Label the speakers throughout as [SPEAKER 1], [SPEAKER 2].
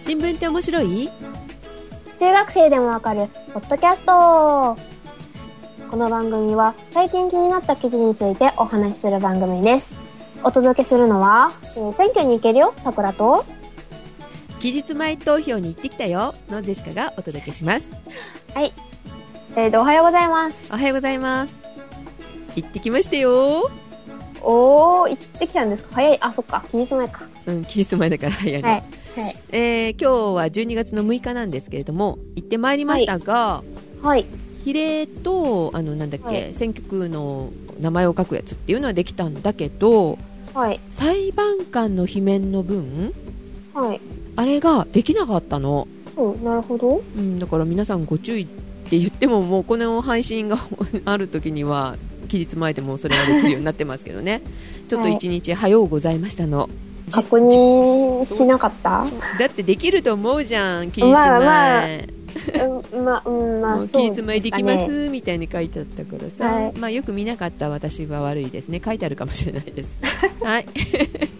[SPEAKER 1] 新聞って面白い
[SPEAKER 2] 中学生でもわかる、ポッドキャストこの番組は、最近気になった記事についてお話しする番組です。お届けするのは、えー選挙に行けるよ、さくらと。
[SPEAKER 1] 期日前投票に行ってきたよのゼシカがお届けします
[SPEAKER 2] はい。えーと、おはようございます。
[SPEAKER 1] おはようございます行ってきましたよ
[SPEAKER 2] おー、行ってきたんですか早い。あ、そっか。期日前か。
[SPEAKER 1] うん期日前だから早いな、
[SPEAKER 2] はい。はい。
[SPEAKER 1] えー今日は12月の6日なんですけれども行ってまいりましたが、
[SPEAKER 2] はい。
[SPEAKER 1] 比例とあのなんだっけ、
[SPEAKER 2] はい
[SPEAKER 1] 選挙区の名前を書くやつっていうのはできたんだけど
[SPEAKER 2] はい。
[SPEAKER 1] 裁判官の罷免の分
[SPEAKER 2] はい。
[SPEAKER 1] あれができなかったの、
[SPEAKER 2] うん、なるほど。
[SPEAKER 1] うん、だから皆さんご注意って言ってももうこの配信がある時には期日前でもそれができるようになってますけど ねちょっと一日早うございましたの、実
[SPEAKER 2] 確認しなかった
[SPEAKER 1] だってできると思うじゃん期日前、
[SPEAKER 2] まあまあうん、まあ、うん、ま
[SPEAKER 1] も
[SPEAKER 2] あ、
[SPEAKER 1] う
[SPEAKER 2] そう
[SPEAKER 1] 期日
[SPEAKER 2] ですかね
[SPEAKER 1] 前できますみたいに書いてあったからさ、
[SPEAKER 2] はい
[SPEAKER 1] まあ、よく見なかった私が悪いですね書いてあるかもしれないです はい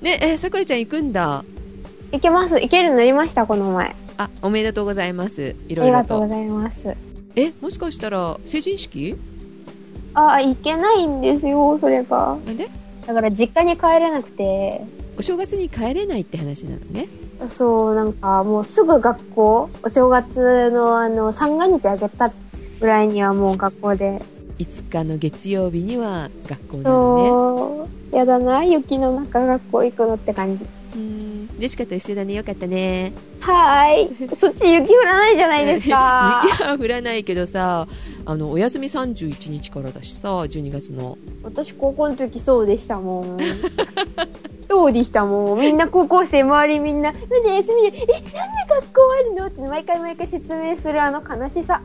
[SPEAKER 1] ねえさくらちゃん行くんだ
[SPEAKER 2] いけます。いけるようになりました、この前。
[SPEAKER 1] あおめでとうございますい
[SPEAKER 2] あ
[SPEAKER 1] ろい
[SPEAKER 2] り
[SPEAKER 1] ろ
[SPEAKER 2] がと
[SPEAKER 1] と
[SPEAKER 2] うございます。
[SPEAKER 1] えもしかしたら成人式
[SPEAKER 2] あ、いけないんですよ、それが。
[SPEAKER 1] なんで
[SPEAKER 2] だから実家に帰れなくて、
[SPEAKER 1] お正月に帰れないって話なのね
[SPEAKER 2] そう、なんかもうすぐ学校、お正月のあの、三が日あげたぐらいにはもう学校で。
[SPEAKER 1] 5日の月曜日には学校なのね
[SPEAKER 2] そう、やだな、雪の中学校行くのって感じ。
[SPEAKER 1] うんジェシカと一緒だねよかったね
[SPEAKER 2] は ーい。そっち雪降らないじゃないです か。
[SPEAKER 1] 雪は降らないけどさあのお休み31日からだしさ12月の
[SPEAKER 2] 私高校の時そうでしたもん。そうでしたもん。みんな高校生、周りみんな、なんで休みで、え、なんで学校あるのって毎回毎回説明するあの悲しさ。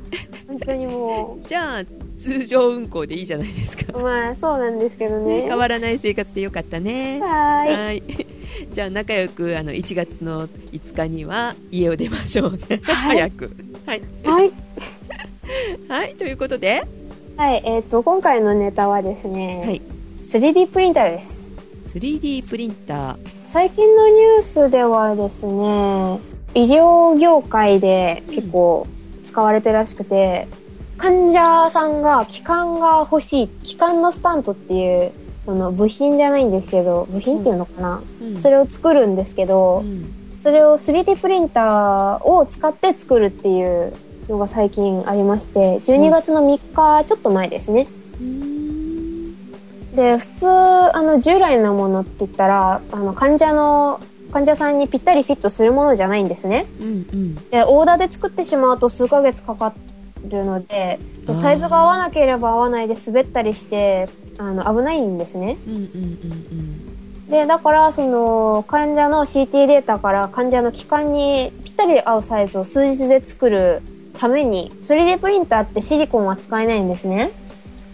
[SPEAKER 2] 本当にも
[SPEAKER 1] じゃあ通常運行でいいじゃないですか
[SPEAKER 2] う、まあそうなんですけどね。
[SPEAKER 1] 変わらない生活でよかったね
[SPEAKER 2] はーい。
[SPEAKER 1] い じゃあ仲良くあの1月の5日には家を出ましょうね
[SPEAKER 2] はい
[SPEAKER 1] 早くはい、
[SPEAKER 2] はい。
[SPEAKER 1] はい、ということで
[SPEAKER 2] はい、えっ、と、今回のネタはですね、
[SPEAKER 1] はい
[SPEAKER 2] 3D プリンターです。
[SPEAKER 1] 3D プリンター
[SPEAKER 2] 最近のニュースではですね、医療業界で結構使われてるらしくて、患者さんが気管が欲しい、気管のスタントっていう、その部品じゃないんですけど、部品っていうのかな、
[SPEAKER 1] うん
[SPEAKER 2] それを作るんですけど、
[SPEAKER 1] うん
[SPEAKER 2] それを 3D プリンターを使って作るっていうのが最近ありまして、12月の3日、ちょっと前ですね。で普通あの従来のものって言ったらあの患者の患者さんにぴったりフィットするものじゃないんですね
[SPEAKER 1] うんうん
[SPEAKER 2] でオーダーで作ってしまうと数ヶ月かかるので
[SPEAKER 1] あー
[SPEAKER 2] サイズが合わなければ合わないで滑ったりしてあの危ないんですね
[SPEAKER 1] うんうんうん
[SPEAKER 2] でだからその患者の CT データから患者の器官にぴったり合うサイズを数日で作るために 3D プリンターってシリコンは使えないんですね、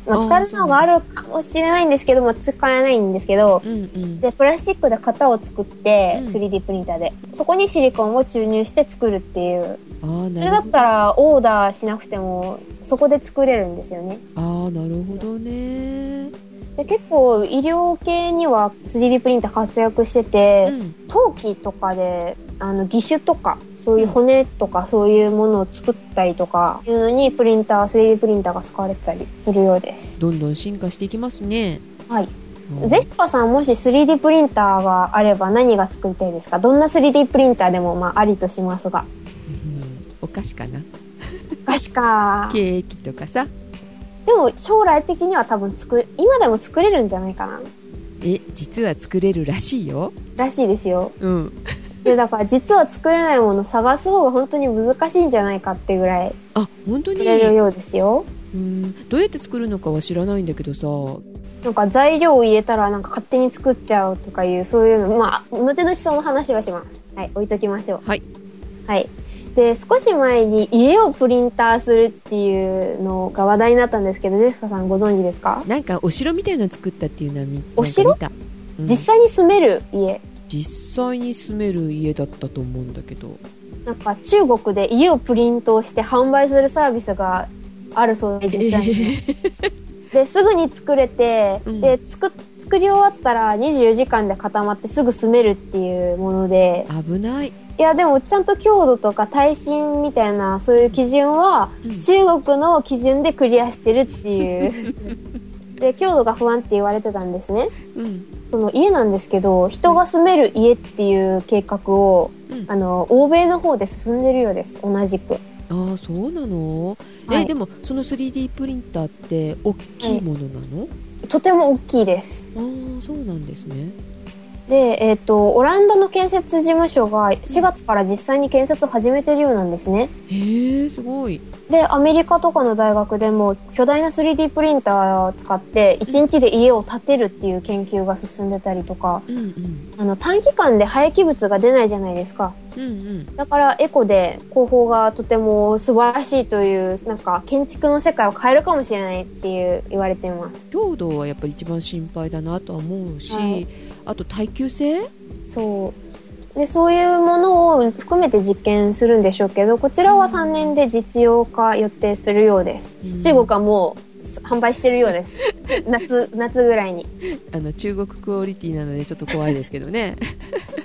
[SPEAKER 2] ま
[SPEAKER 1] あ
[SPEAKER 2] あ、
[SPEAKER 1] ー
[SPEAKER 2] 使えるのがあるかもしれないんですけども使えないんですけど、
[SPEAKER 1] うんうん
[SPEAKER 2] でプラスチックで型を作って、
[SPEAKER 1] うん
[SPEAKER 2] 3D プリンターでそこにシリコンを注入して作るっていう
[SPEAKER 1] ああ
[SPEAKER 2] それ
[SPEAKER 1] なる
[SPEAKER 2] だっ
[SPEAKER 1] ほど
[SPEAKER 2] たらオーダーしなくてもそこで作れるんですよね
[SPEAKER 1] ああなるほどね
[SPEAKER 2] で結構医療系には 3D プリンター活躍してて、
[SPEAKER 1] うん
[SPEAKER 2] 陶器とかであの義手とかそういう骨とかそういうものを作ったりとかいうのにプリンター 3D プリンターが使われてたりするようです
[SPEAKER 1] どんどん進化していきますね
[SPEAKER 2] はいゼッカさんもし 3D プリンターがあれば何が作りたいですかどんな 3D プリンターでもまあありとしますが
[SPEAKER 1] うんお菓子かな
[SPEAKER 2] ガシか
[SPEAKER 1] ケーキとかさ
[SPEAKER 2] でも将来的には多分作今でも作れるんじゃないかな
[SPEAKER 1] え実は作れるらしいよ
[SPEAKER 2] らしいですよ
[SPEAKER 1] うん
[SPEAKER 2] でだから実は作れないもの探す方が本当に難しいんじゃないかってぐらい
[SPEAKER 1] あ本当に
[SPEAKER 2] 作れるようですよ
[SPEAKER 1] うんどうやって作るのかは知らないんだけどさ
[SPEAKER 2] なんか材料を入れたらなんか勝手に作っちゃうとかいうそういうのまあ後々その話はしますはい置いときましょう
[SPEAKER 1] はい、
[SPEAKER 2] はい、で少し前に家をプリンターするっていうのが話題になったんですけどジェシカさんご存知ですか、
[SPEAKER 1] なんかお城みたいなの作ったっていうのは見
[SPEAKER 2] お城
[SPEAKER 1] なんか見た、うん
[SPEAKER 2] 実際に住める家
[SPEAKER 1] 実際に住める家だったと思うんだけど
[SPEAKER 2] なんか中国で家をプリントして販売するサービスがあるそうで実際 に、ですぐに作れて、
[SPEAKER 1] うん
[SPEAKER 2] で作作り終わったら24時間で固まってすぐ住めるっていうもので
[SPEAKER 1] 危ない
[SPEAKER 2] いや、でも、ちゃんと強度とか耐震みたいな、そういう基準は、中国の基準でクリアしてるっ ていう。で、強度が不安って言われてたんですね。
[SPEAKER 1] うん
[SPEAKER 2] その家なんですけど、人が住める家っていう計画を、
[SPEAKER 1] うん
[SPEAKER 2] あの、欧米の方で進んでるようです。同じく。
[SPEAKER 1] ああそうなの、
[SPEAKER 2] は
[SPEAKER 1] え
[SPEAKER 2] い
[SPEAKER 1] でもその 3D プリンターって大きいものなの、
[SPEAKER 2] とても大きいです。
[SPEAKER 1] ああそうなんですね
[SPEAKER 2] で、えっ、と、オランダの建設事務所が4月から実際に建設を始めてるようなんですね。
[SPEAKER 1] へえすごい
[SPEAKER 2] で、アメリカとかの大学でも巨大な 3D プリンターを使って1日で家を建てるっていう研究が進んでたりとか、
[SPEAKER 1] うんうん
[SPEAKER 2] あの短期間で廃棄物が出ないじゃないですか。
[SPEAKER 1] うんうん
[SPEAKER 2] だからエコで工法がとても素晴らしいという、なんか建築の世界を変えるかもしれないっていう言われています。
[SPEAKER 1] 強度はやっぱり一番心配だなとは思うし、
[SPEAKER 2] はい
[SPEAKER 1] あと耐久性、
[SPEAKER 2] そう。で、そういうものを含めて実験するんでしょうけど、こちらは3年で実用化予定するようです。中国はもう販売してるよ うです。夏、夏ぐらいに。
[SPEAKER 1] あの中国クオリティなのでちょっと怖いですけどね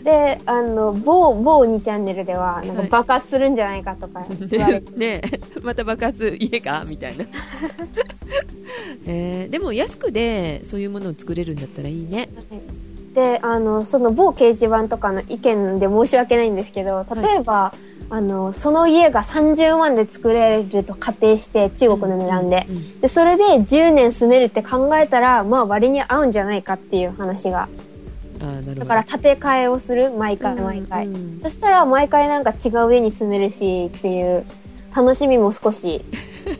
[SPEAKER 2] で、あの、某、某2チャンネルでは、なんか
[SPEAKER 1] はい
[SPEAKER 2] 爆発するんじゃないかとか言われて、
[SPEAKER 1] ねえまた爆発家かみたいな、 えーでも安くでそういうものを作れるんだったらいいね
[SPEAKER 2] で、あの、その某掲示板とかの意見で申し訳ないんですけど、例えば、あの、その家が30万で作れると仮定して、中国の値段で。
[SPEAKER 1] うんうん
[SPEAKER 2] で、それで10年住めるって考えたら、まあ割に合うんじゃないかっていう話が。
[SPEAKER 1] あーなるほど
[SPEAKER 2] だから建て替えをする、毎回毎回。
[SPEAKER 1] うんうん
[SPEAKER 2] そしたら毎回なんか違う家に住めるしっていう楽しみも少し。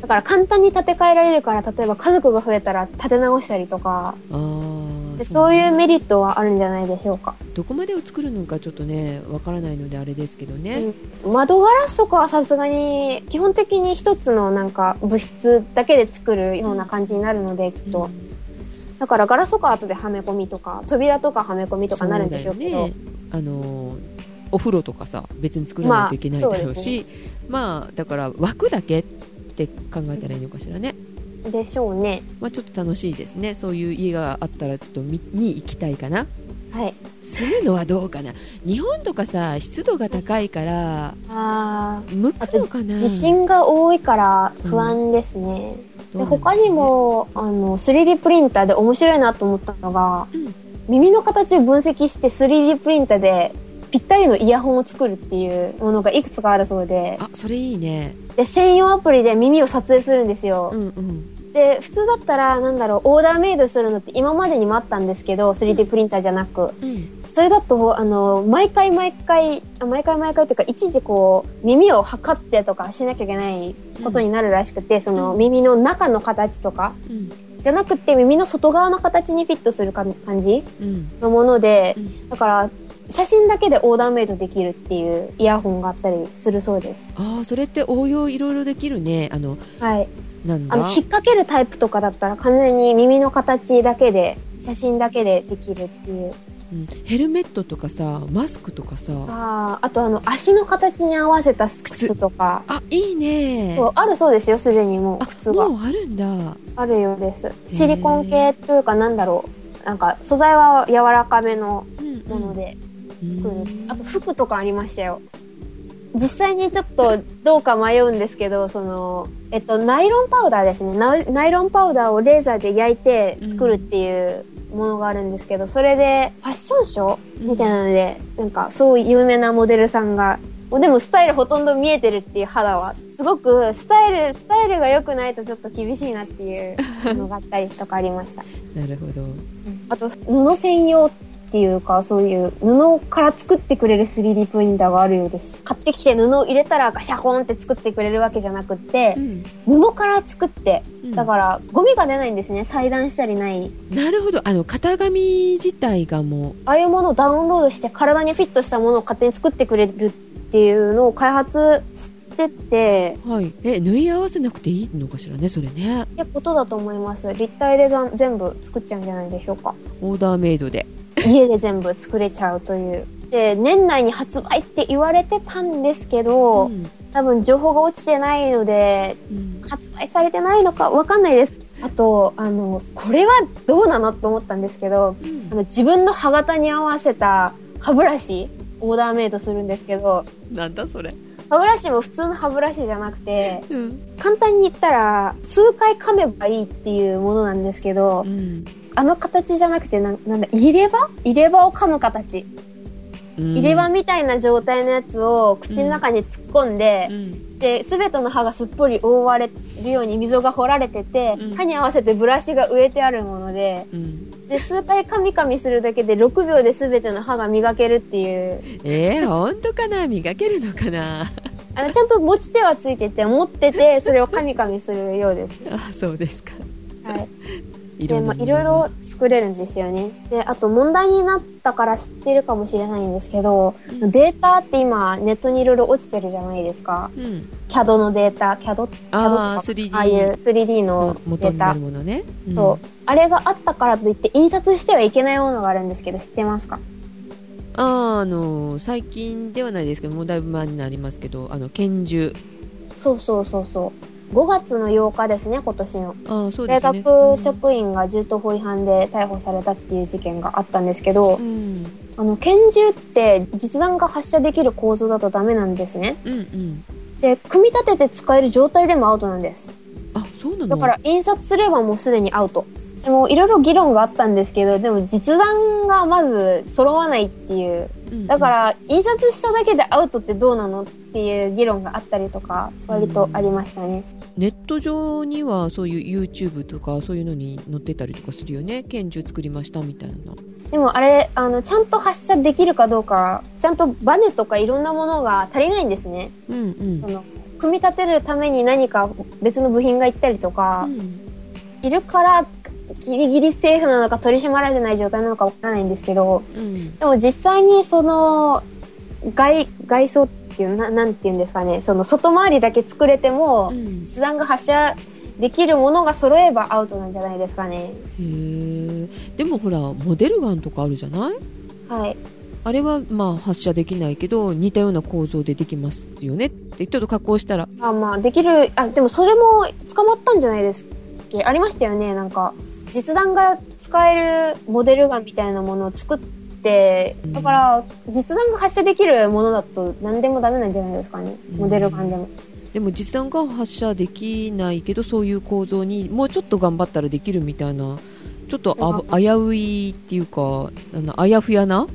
[SPEAKER 2] だから簡単に建て替えられるから、例えば家族が増えたら建て直したりとか、
[SPEAKER 1] うんあー
[SPEAKER 2] でそういうメリットはあるんじゃないでしょうか。
[SPEAKER 1] どこまでを作るのかちょっとねわからないのであれですけどね、
[SPEAKER 2] 窓ガラスとかはさすがに、基本的に一つのなんか物質だけで作るような感じになるので、きっと。だからガラスとか後ではめ込みとか、扉とかはめ込みとかなるんでしょうけ
[SPEAKER 1] そだよ
[SPEAKER 2] ど
[SPEAKER 1] ね、あのーお風呂とかさ別に作らないといけないだろうし、まあだから枠だけって考えたらいいのかしらね、
[SPEAKER 2] でしょうね。
[SPEAKER 1] まあ、ちょっと楽しいですねそういう家があったらちょっと見に行きたいかな
[SPEAKER 2] はい。
[SPEAKER 1] 住むのはどうかな日本とかさ湿度が高いから
[SPEAKER 2] あー
[SPEAKER 1] 向くのかな
[SPEAKER 2] 地震が多いから不安ですね。
[SPEAKER 1] どうなんでしょうね
[SPEAKER 2] で他にもあの 3D プリンターで面白いなと思ったのが、
[SPEAKER 1] うん
[SPEAKER 2] 耳の形を分析して 3D プリンターでぴったりのイヤホンを作るっていうものがいくつかあるそうで
[SPEAKER 1] あそれいいね
[SPEAKER 2] で専用アプリで耳を撮影するんですよ
[SPEAKER 1] う、んうん
[SPEAKER 2] で普通だったらなんだろうオーダーメイドするのって今までにもあったんですけど 3D プリンターじゃなく
[SPEAKER 1] うん
[SPEAKER 2] それだとあの毎回毎回あ毎回毎回っていうか一時こう耳を測ってとかしなきゃいけないことになるらしくて、その耳の中の形とか
[SPEAKER 1] うん
[SPEAKER 2] じゃなくて耳の外側の形にフィットするか感じ
[SPEAKER 1] うん
[SPEAKER 2] のもので、
[SPEAKER 1] うん
[SPEAKER 2] だから写真だけでオーダーメイドできるっていうイヤホンがあったりするそうです。
[SPEAKER 1] ああそれって応用いろいろできるねあの
[SPEAKER 2] はい。
[SPEAKER 1] なんだ
[SPEAKER 2] あの、引っ掛けるタイプとかだったら完全に耳の形だけで、写真だけでできるっていう。
[SPEAKER 1] うんヘルメットとかさマスクとかさ
[SPEAKER 2] ああ、あとあの、足の形に合わせた靴とか。
[SPEAKER 1] あいいね
[SPEAKER 2] そうあるそうですよ、すでにもう靴が
[SPEAKER 1] も。うあるんだ
[SPEAKER 2] あるようです。シリコン系というかなんだろう。なんか、素材は柔らかめの
[SPEAKER 1] うん
[SPEAKER 2] もので。
[SPEAKER 1] うん
[SPEAKER 2] 作るあと服とかありましたよ実際にちょっとどうか迷うんですけどそのえっとナイロンパウダーですねナイナイロンパウダーをレーザーで焼いて作るっていうものがあるんですけど、それでファッションショーみたいなので、なんかすごい有名なモデルさんがもうでもスタイルほとんど見えてるっていう肌はすごくスタイルスタイルが良くないとちょっと厳しいなっていうのがあったりとかありました
[SPEAKER 1] なるほど
[SPEAKER 2] あと布専用っていうかそういう布から作ってくれる 3D プリンターがあるようです買ってきて布を入れたらガシャコンって作ってくれるわけじゃなくって布から作って
[SPEAKER 1] うん
[SPEAKER 2] だからゴミが出ないんですね裁断したりない
[SPEAKER 1] なるほどあの型紙自体がも
[SPEAKER 2] ああいうものをダウンロードして体にフィットしたものを勝手に作ってくれるっていうのを開発してって
[SPEAKER 1] うはいえ縫い合わせなくていいのかしらねそれね
[SPEAKER 2] ってことだと思います立体でざん全部作っちゃうんじゃないでしょうか
[SPEAKER 1] オーダーメイドで
[SPEAKER 2] 家で全部作れちゃうという。で、年内に発売って言われてたんですけど、
[SPEAKER 1] うん
[SPEAKER 2] 多分情報が落ちてないので、
[SPEAKER 1] うん
[SPEAKER 2] 発売されてないのかわかんないです。あと、あの、これはどうなのと思ったんですけど、あの自分の歯型に合わせた歯ブラシオーダーメイドするんですけど、
[SPEAKER 1] なんだそれ、
[SPEAKER 2] 歯ブラシも普通の歯ブラシじゃなくて、
[SPEAKER 1] うん
[SPEAKER 2] 簡単に言ったら、数回噛めばいいっていうものなんですけど
[SPEAKER 1] う、ん、
[SPEAKER 2] あの形じゃなくて、なんなんだ、入れ歯入れ歯を噛む形。入れ歯みたいな状態のやつを口の中に突っ込んで
[SPEAKER 1] う、ん
[SPEAKER 2] で、すべての歯がすっぽり覆われるように溝が掘られてて、
[SPEAKER 1] うん
[SPEAKER 2] 歯に合わせてブラシが植えてあるもので、
[SPEAKER 1] うん、
[SPEAKER 2] で、数回噛み噛みするだけで6秒で全ての歯が磨けるっていう、
[SPEAKER 1] えー、本当かな磨けるのかな
[SPEAKER 2] あの、ちゃんと持ち手はついてて、持ってて、それを噛み噛みするようです。
[SPEAKER 1] あそうですか
[SPEAKER 2] はい。
[SPEAKER 1] い
[SPEAKER 2] で、
[SPEAKER 1] ろん
[SPEAKER 2] ま
[SPEAKER 1] な
[SPEAKER 2] あ、いろいろ作れるんですよね。で、あと問題になったから知ってるかもしれないんですけど、
[SPEAKER 1] うん
[SPEAKER 2] データって今ネットにいろいろ落ちてるじゃないですか。
[SPEAKER 1] うん、
[SPEAKER 2] CAD のデータ、CAD
[SPEAKER 1] ああ
[SPEAKER 2] CAD とかああいう
[SPEAKER 1] 3D
[SPEAKER 2] 3D の
[SPEAKER 1] の元
[SPEAKER 2] デー
[SPEAKER 1] にな
[SPEAKER 2] タ
[SPEAKER 1] る。ものね、うん
[SPEAKER 2] そう。あれがあったからといって印刷してはいけないものがあるんですけど、知ってますか
[SPEAKER 1] あーあの最近ではないですけどもうだいぶ前になりますけどあの拳銃
[SPEAKER 2] そうそうそうそう。5月の8日ですね、今年の。
[SPEAKER 1] ああそうで
[SPEAKER 2] 大
[SPEAKER 1] すね
[SPEAKER 2] 学職員が銃刀法違反で逮捕されたっていう事件があったんですけど
[SPEAKER 1] う、ん
[SPEAKER 2] あの、拳銃って実弾が発射できる構造だとダメなんですね。
[SPEAKER 1] うんうん
[SPEAKER 2] で、組み立てて使える状態でもアウトなんです。
[SPEAKER 1] あそうなの、
[SPEAKER 2] だから印刷すればもうすでにアウト。でもいろいろ議論があったんですけど、でも実弾がまず揃わないっていうだからら、印刷しただけでアウトってどうなのっていう議論があったりとか、割とありましたね。
[SPEAKER 1] ネット上にはそういう YouTube とかそういうのに載ってたりとかするよね拳銃作りましたみたいな
[SPEAKER 2] でもあれ、あの、ちゃんと発射できるかどうか、ちゃんとバネとかいろんなものが足りないんですね。
[SPEAKER 1] うんうん
[SPEAKER 2] その、組み立てるために何か別の部品がいったりとか
[SPEAKER 1] う、ん
[SPEAKER 2] いるから、ギリギリセーフなのか取り締まられてない状態なのかわからないんですけど、
[SPEAKER 1] うん
[SPEAKER 2] でも実際にその、外、外装っていう、ななんて言うんですかね、その外回りだけ作れても、
[SPEAKER 1] うん
[SPEAKER 2] 筆談が発射できるものが揃えばアウトなんじゃないですかね。
[SPEAKER 1] へえでもほらモデルガンとかあるじゃない
[SPEAKER 2] はい。
[SPEAKER 1] あれはまあ発射できないけど似たような構造でできますよねってちょっと加工したら
[SPEAKER 2] まあまあ、できる、あ、でもそれも捕まったんじゃないですっけありましたよね、なんか。実弾が使えるモデルガンみたいなものを作って、だから、実弾が発射できるものだと何でもダメなんじゃないですかね。モデルガンでも。
[SPEAKER 1] でも実弾が発射できないけどそういう構造にもうちょっと頑張ったらできるみたいなちょっとあぶ危ういっていうかあのあやふやな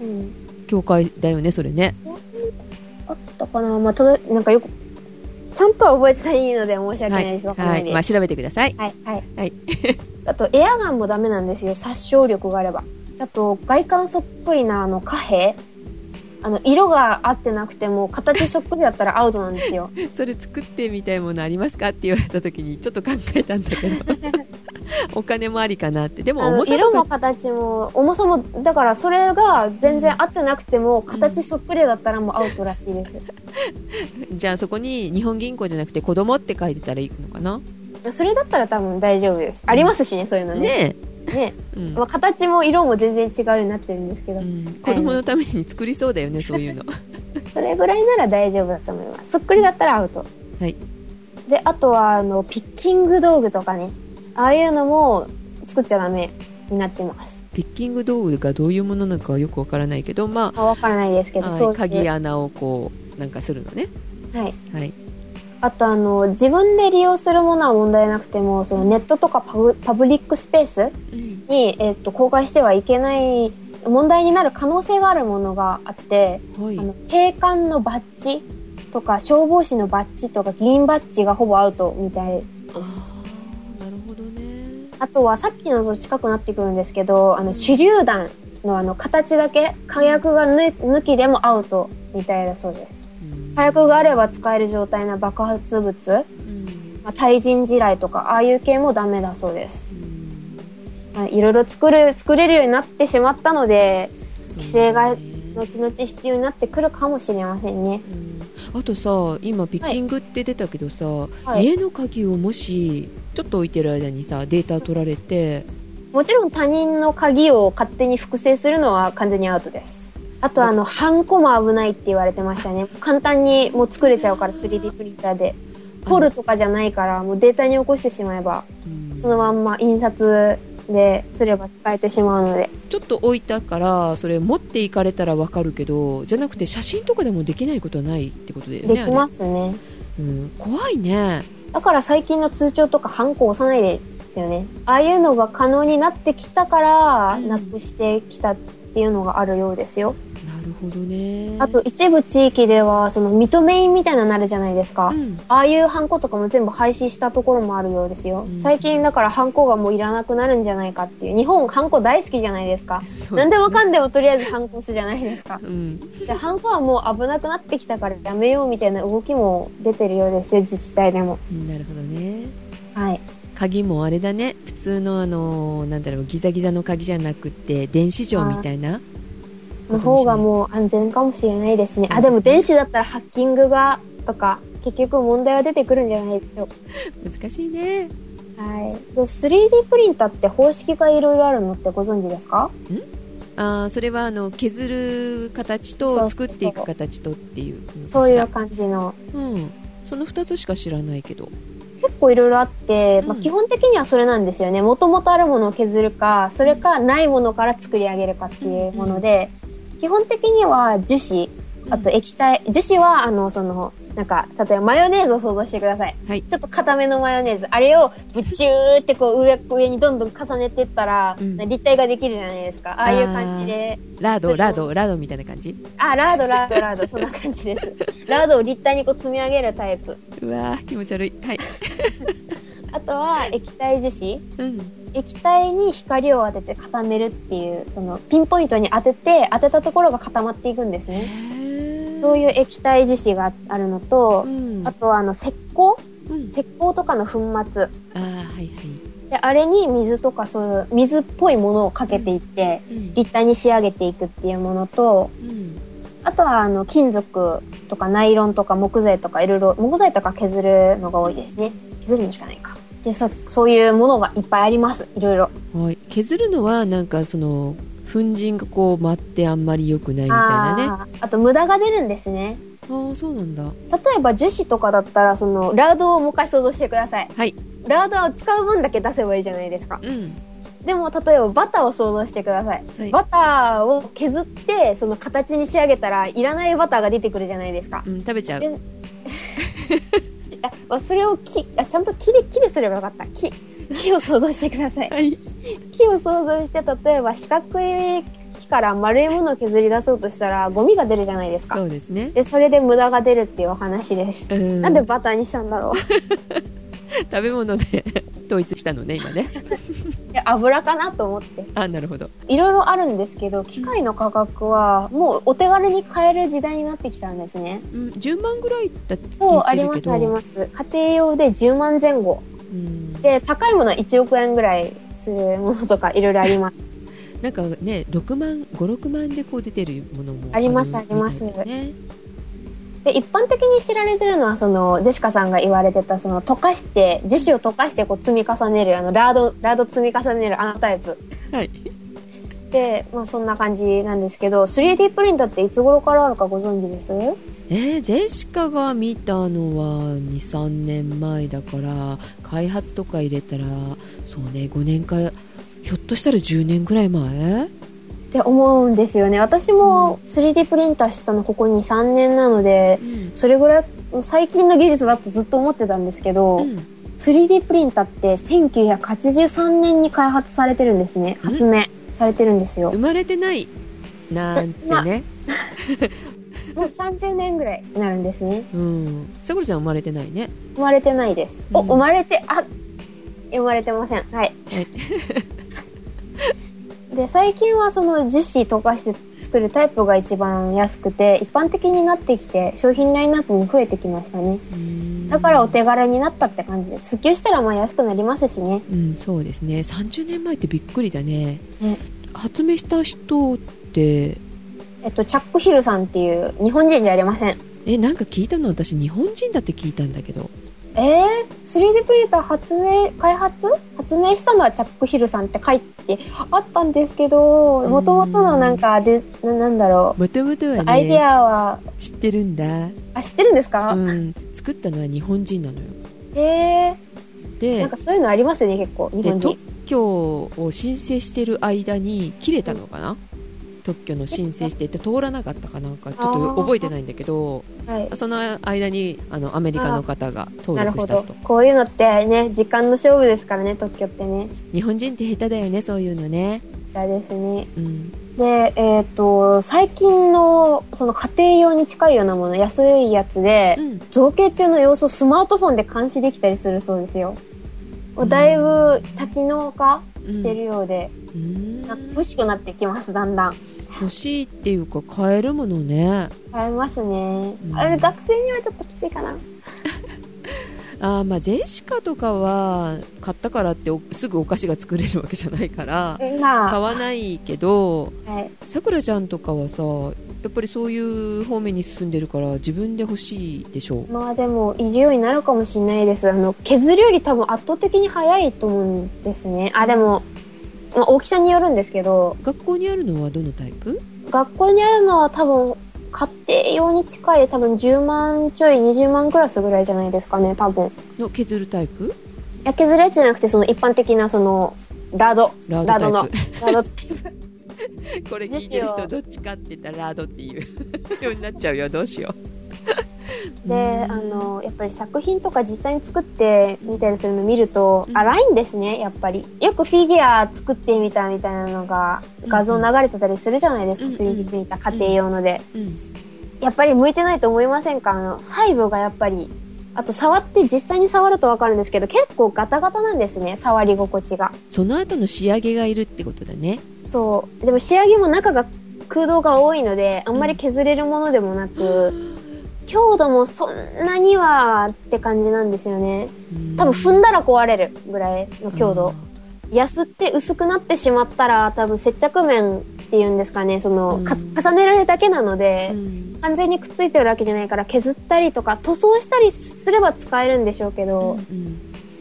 [SPEAKER 2] うん。
[SPEAKER 1] 境界だよねそれね
[SPEAKER 2] あったかなまあ、ただ、なんかよく、ちゃんとは覚えてないので申し訳ないです。わかん
[SPEAKER 1] は
[SPEAKER 2] ない
[SPEAKER 1] い、
[SPEAKER 2] です。
[SPEAKER 1] まあ、調べてください、
[SPEAKER 2] はい、はい。
[SPEAKER 1] はい
[SPEAKER 2] あと、エアガンもダメなんですよ。殺傷力があれば。あと、外観そっくりなあの貨幣。あの、色が合ってなくても、形そっくりだったらアウトなん ですよ。
[SPEAKER 1] それ作ってみたいものありますかって言われた時にちょっと考えたんだけ どお金もありかなってでも
[SPEAKER 2] あの
[SPEAKER 1] 重さ
[SPEAKER 2] 色
[SPEAKER 1] と
[SPEAKER 2] も
[SPEAKER 1] か
[SPEAKER 2] 形も、重さも、だからそれが全然合ってなくても、形そっくりだったらもうアウトらしいです。
[SPEAKER 1] じゃあそこに日本銀行じゃなくて子供って書いてたらいいのかな
[SPEAKER 2] それだったら多分大丈夫です。ありますしね、そういうのね。
[SPEAKER 1] ね
[SPEAKER 2] ね。
[SPEAKER 1] え、うん
[SPEAKER 2] まあ、形も色も全然違うようになってるんですけど
[SPEAKER 1] う、ん、子供のために作りそうだよねそういうの
[SPEAKER 2] それぐらいなら大丈夫だと思います。そっくりだったらアウト。
[SPEAKER 1] はい。
[SPEAKER 2] で、あとは、あの、ピッキング道具とかね。ああいうのも作っちゃダメになってます。
[SPEAKER 1] ピッキング道具がどういうものなのかはよくわからないけどま
[SPEAKER 2] まあ、わからないですけ
[SPEAKER 1] あ、
[SPEAKER 2] ど、
[SPEAKER 1] はい
[SPEAKER 2] そうです
[SPEAKER 1] 鍵
[SPEAKER 2] ね。
[SPEAKER 1] 穴をこうなんかするのね
[SPEAKER 2] はい。
[SPEAKER 1] はい
[SPEAKER 2] あと、あの、自分で利用するものは問題なくても、そのネットとかパブパブリックスペース
[SPEAKER 1] うん
[SPEAKER 2] に、えっと、公開してはいけない、問題になる可能性があるものがあって、
[SPEAKER 1] はい
[SPEAKER 2] あの警官のバッジとか消防士のバッジとか議員バッジがほぼアウトみたい
[SPEAKER 1] あ
[SPEAKER 2] です。
[SPEAKER 1] ーなるほどね
[SPEAKER 2] あとはさっきのと近くなってくるんですけど、あの手榴弾のあの形だけ火薬がぬ抜きでもアウトみたいだそうです。
[SPEAKER 1] うん
[SPEAKER 2] 火薬があれば使える状態な爆発物、
[SPEAKER 1] うん
[SPEAKER 2] まあ、対人地雷とかああいう系もダメだそうです
[SPEAKER 1] う。ん
[SPEAKER 2] まあいろいろ作る作れるようになってしまったので、
[SPEAKER 1] そうね
[SPEAKER 2] 規制が後々必要になってくるかもしれませんね。
[SPEAKER 1] うんあとさ今ピッキングって出たけどさ、
[SPEAKER 2] はい
[SPEAKER 1] 家の鍵をもしちょっと置いてる間にさデータ取られて
[SPEAKER 2] もちろん他人の鍵を勝手に複製するのは完全にアウトです。あとあの、ハンコも危ないって言われてましたね。簡単にもう作れちゃうから 3D プリンターで。
[SPEAKER 1] あの
[SPEAKER 2] 取るとかじゃないから、もうデータに起こしてしまえば、
[SPEAKER 1] うん
[SPEAKER 2] そのまんま印刷ですれば使えてしまうので
[SPEAKER 1] ちょっと置いたからそれ持っていかれたらわかるけどじゃなくて写真とかでもできないことはないってことだよね
[SPEAKER 2] できますね
[SPEAKER 1] あれうん、怖いね
[SPEAKER 2] だから最近の通帳とかハンコ押さないですよねああいうのが可能になってきたから
[SPEAKER 1] うん
[SPEAKER 2] なくしてきたっていうのがあるようですよ
[SPEAKER 1] なるほどね
[SPEAKER 2] あと一部地域ではその認め印みたいなのなるじゃないですか、
[SPEAKER 1] うん
[SPEAKER 2] ああいうハンコとかも全部廃止したところもあるようですよ
[SPEAKER 1] うん。。
[SPEAKER 2] 最近だからハンコがもういらなくなるんじゃないかっていう。日本ハンコ大好きじゃないですか。なんでもかんでもとりあえずハンコ押すじゃないです か
[SPEAKER 1] うん
[SPEAKER 2] で、ハンコはもう危なくなってきたからやめようみたいな動きも出てるようですよ、自治体でも。
[SPEAKER 1] なるほどね
[SPEAKER 2] はい。
[SPEAKER 1] 鍵もあれだね普通のあのなんだろうギザギザの鍵じゃなくて電子錠みたいな
[SPEAKER 2] の方がもう安全かもしれないですね。あ、でも電子だったらハッキングが、とか、結局問題は出てくるんじゃないでしょうか。
[SPEAKER 1] 難しいね
[SPEAKER 2] はい。で、3D プリンターって方式がいろいろあるのってご存知ですか
[SPEAKER 1] あーそれはあの削る形
[SPEAKER 2] そうそ
[SPEAKER 1] と
[SPEAKER 2] う
[SPEAKER 1] 作っていく形とっていうのかしら
[SPEAKER 2] そういう感じの。
[SPEAKER 1] うん、その2つしか知らないけど
[SPEAKER 2] 結構いろいろあって、まあ、
[SPEAKER 1] うん
[SPEAKER 2] 基本的にはそれなんですよね。もともとあるものを削るか、それかないものから作り上げるかっていうもので、基本的には樹脂、あと液体、樹脂はあの、その、なんか、例えばマヨネーズを想像してください。
[SPEAKER 1] はい
[SPEAKER 2] ちょっと固めのマヨネーズ。あれをぶちゅーってこう上、上にどんどん重ねていったら、
[SPEAKER 1] うん
[SPEAKER 2] 立体ができるじゃないですか。ああいう感じで。
[SPEAKER 1] ラー
[SPEAKER 2] そ
[SPEAKER 1] ド
[SPEAKER 2] れ
[SPEAKER 1] ラードラードみたいな感じ
[SPEAKER 2] あ、ラード、ラード、ラード、そんな感じです。ラードを立体にこう積み上げるタイプ。
[SPEAKER 1] うわー気持ち悪いはい、
[SPEAKER 2] あとは液体樹脂。
[SPEAKER 1] うん、
[SPEAKER 2] 液体に光を当てて固めるっていう、そのピンポイントに当てて、当てたところが固まっていくんです
[SPEAKER 1] へ
[SPEAKER 2] ね。
[SPEAKER 1] ー
[SPEAKER 2] そういう液体樹脂があるのと
[SPEAKER 1] う、ん
[SPEAKER 2] あとはあの石膏
[SPEAKER 1] うん
[SPEAKER 2] 石膏とかの粉末。
[SPEAKER 1] ああはいは
[SPEAKER 2] で、あれに水とかそういう水っぽいものをかけていって、
[SPEAKER 1] い、うん
[SPEAKER 2] 立体に仕上げていくっていうものと、
[SPEAKER 1] うん
[SPEAKER 2] あとはあの金属とかナイロンとか木材とかいろいろ、木材とか削るのが多いですね。削るのしかないか。で、そ、そういうものがいっぱいあります。いろいろ。
[SPEAKER 1] はい、削るのはなんかその粉塵がこう舞ってあんまり良くないみたいなねあ
[SPEAKER 2] あーあと無駄が出るんですね。
[SPEAKER 1] あーそうなんだ
[SPEAKER 2] 例えば樹脂とかだったらそのラードをもう一回想像してください
[SPEAKER 1] はい
[SPEAKER 2] ラードは使う分だけ出せばいいじゃないですか
[SPEAKER 1] うん
[SPEAKER 2] でも例えばバターを想像してください、
[SPEAKER 1] はい
[SPEAKER 2] バターを削ってその形に仕上げたらいらないバターが出てくるじゃないですか
[SPEAKER 1] うん、食べちゃう
[SPEAKER 2] であまあそれを木あちゃんと木で木ですればよかった木木を想像してください
[SPEAKER 1] はい
[SPEAKER 2] 木を想像して例えば四角い木から丸いものを削り出そうとしたらゴミが出るじゃないです
[SPEAKER 1] そ
[SPEAKER 2] か
[SPEAKER 1] うですね、
[SPEAKER 2] でそれで無駄が出るっていうお話です
[SPEAKER 1] うん、
[SPEAKER 2] なんでバターにしたんだろう
[SPEAKER 1] 食べ物で 統一したのね今ね
[SPEAKER 2] いや油かなと思って
[SPEAKER 1] あなるほど
[SPEAKER 2] いろいろあるんですけど機械の価格はもうお手軽に買える時代になってきたんですね
[SPEAKER 1] うん、10万ぐらいだって言ってるけど
[SPEAKER 2] そうありますあります家庭用で10万前後
[SPEAKER 1] うん、
[SPEAKER 2] で高いものは1億円ぐらいするものとかいろいろあり ます
[SPEAKER 1] なんかね6万56万でこう出てるものも
[SPEAKER 2] あります
[SPEAKER 1] るみたいだよ
[SPEAKER 2] あります
[SPEAKER 1] ね
[SPEAKER 2] で一般的に知られてるのはそのジェシカさんが言われてたその溶かして樹脂を溶かしてこう積み重ねるあのラードラード積み重ねるあのタイプ
[SPEAKER 1] はい
[SPEAKER 2] で、まあ、そんな感じなんですけど 3D プリンターっていつ頃からあるかご存知です
[SPEAKER 1] えージェシカが見たのは23年前だから開発とか入れたらそうね5年かひょっとしたら10年ぐらい前
[SPEAKER 2] って思うんですよね私も 3D プリンター知ったのここ23年なので
[SPEAKER 1] うん、
[SPEAKER 2] それぐらい最近の技術だとずっと思ってたんですけど、3D プリンターって1983年に開発されてるんですね
[SPEAKER 1] うん
[SPEAKER 2] 発明されてるんですよ
[SPEAKER 1] 生まれてないなんてね、
[SPEAKER 2] もう30年ぐらいになるんですね
[SPEAKER 1] うん、さくらちゃん生まれてないね
[SPEAKER 2] 生まれてないです、お
[SPEAKER 1] うん
[SPEAKER 2] 生まれてあ生まれてませんはい
[SPEAKER 1] はい
[SPEAKER 2] で最近はその樹脂溶かして作るタイプが一番安くて一般的になってきて商品ラインナップも増えてきましたねだからお手軽になったって感じです。普及したらまあ安くなりますしね。
[SPEAKER 1] うん、そうですね30年前ってびっくりだね
[SPEAKER 2] ね
[SPEAKER 1] 発明した人って
[SPEAKER 2] えっと、チャックヒルさんっていう日本人じゃありません。
[SPEAKER 1] えなんか聞いたの私日本人だって聞いたんだけど
[SPEAKER 2] えー、3D プリンター発明、開発発明したのはチャックヒルさんって書いてあったんですけど、
[SPEAKER 1] うん
[SPEAKER 2] もともとのなんか、で、ななんだろ
[SPEAKER 1] もともとは
[SPEAKER 2] う
[SPEAKER 1] ね。
[SPEAKER 2] アイデアは、
[SPEAKER 1] 知ってるんだ、
[SPEAKER 2] あ、知ってるんですか、
[SPEAKER 1] うん、作ったのは日本人なのよ
[SPEAKER 2] え
[SPEAKER 1] で
[SPEAKER 2] ー、なんかそういうのありますね、結構、日
[SPEAKER 1] で
[SPEAKER 2] 本
[SPEAKER 1] 特
[SPEAKER 2] 人。
[SPEAKER 1] 許を申請している間に切れたのかな、特許の申請してて通らなかったかなんかちょっと覚えてないんだけど
[SPEAKER 2] はい。
[SPEAKER 1] その間にあのアメリカの方が登
[SPEAKER 2] なる
[SPEAKER 1] 録
[SPEAKER 2] ほ
[SPEAKER 1] した
[SPEAKER 2] ど
[SPEAKER 1] と。
[SPEAKER 2] こういうのってね、時間の勝負ですからね、特許ってね。
[SPEAKER 1] 日本人って下手だよねそういうのね、
[SPEAKER 2] だですね。
[SPEAKER 1] うん、
[SPEAKER 2] で、えっ、と、最近の、その家庭用に近いようなもの、安いやつで、
[SPEAKER 1] うん
[SPEAKER 2] 造形中の様子をスマートフォンで監視できたりするそうですよ。
[SPEAKER 1] うん
[SPEAKER 2] だいぶ多機能化してるようで、
[SPEAKER 1] うん
[SPEAKER 2] なんか欲しくなってきます、だんだん。
[SPEAKER 1] 欲しいっていうか買えるものね
[SPEAKER 2] 買えますね
[SPEAKER 1] う。ん
[SPEAKER 2] あれ、学生にはちょっときついかな。
[SPEAKER 1] あーまあゼシカとかは買ったからっておすぐお菓子が作れるわけじゃないから買
[SPEAKER 2] まあ、
[SPEAKER 1] わないけど
[SPEAKER 2] はい。
[SPEAKER 1] さくらちゃんとかはさやっぱりそういう方面に進んでるから自分で欲しいでしょ
[SPEAKER 2] まあでも、いるようになるかもしれないです。あの、削るより多分圧倒的に早いと思うんですね。あ、でも、まあ、大きさによるんですけど、
[SPEAKER 1] 学校にあるのはどのタイプ
[SPEAKER 2] 学校にあるのは多分、家庭用に近いで多分10万ちょい20万クラスぐらいじゃないですかね、多分。い
[SPEAKER 1] の削るタイプ
[SPEAKER 2] や、削るやつじゃなくて、その一般的なその、ラ ード。
[SPEAKER 1] ラードタ
[SPEAKER 2] の
[SPEAKER 1] イ。プ
[SPEAKER 2] ラード。
[SPEAKER 1] これ聞いてる人どっちかって言ったらラードっていうようになっ ちゃうよどうしよ う
[SPEAKER 2] で、あの、やっぱり作品とか実際に作ってみたりするの見ると、
[SPEAKER 1] うん
[SPEAKER 2] あ、ラインですね、やっぱり。よくフィギュア作ってみたみたいなのが、画像流れてたりするじゃないですか、
[SPEAKER 1] うんうん
[SPEAKER 2] 3D プリンター、家庭用ので。
[SPEAKER 1] うん
[SPEAKER 2] やっぱり向いてないと思いませんかあの、細部がやっぱり、あと触って実際に触るとわかるんですけど、結構ガタガタなんですね、触り心地が。
[SPEAKER 1] その後の仕上げがいるってことだね
[SPEAKER 2] そう。でも仕上げも中が空洞が多いので、あんまり削れるものでもなく、強度もそんなにはって感じなんですよね。多分踏んだら壊れるぐらいの強度。やすって薄くなってしまったら多分接着面っていうんですかね、その、か
[SPEAKER 1] うん
[SPEAKER 2] 重ねられるだけなので、
[SPEAKER 1] うん
[SPEAKER 2] 完全にくっついてるわけじゃないから削ったりとか塗装したりすれば使えるんでしょうけ
[SPEAKER 1] うん
[SPEAKER 2] ど、
[SPEAKER 1] うん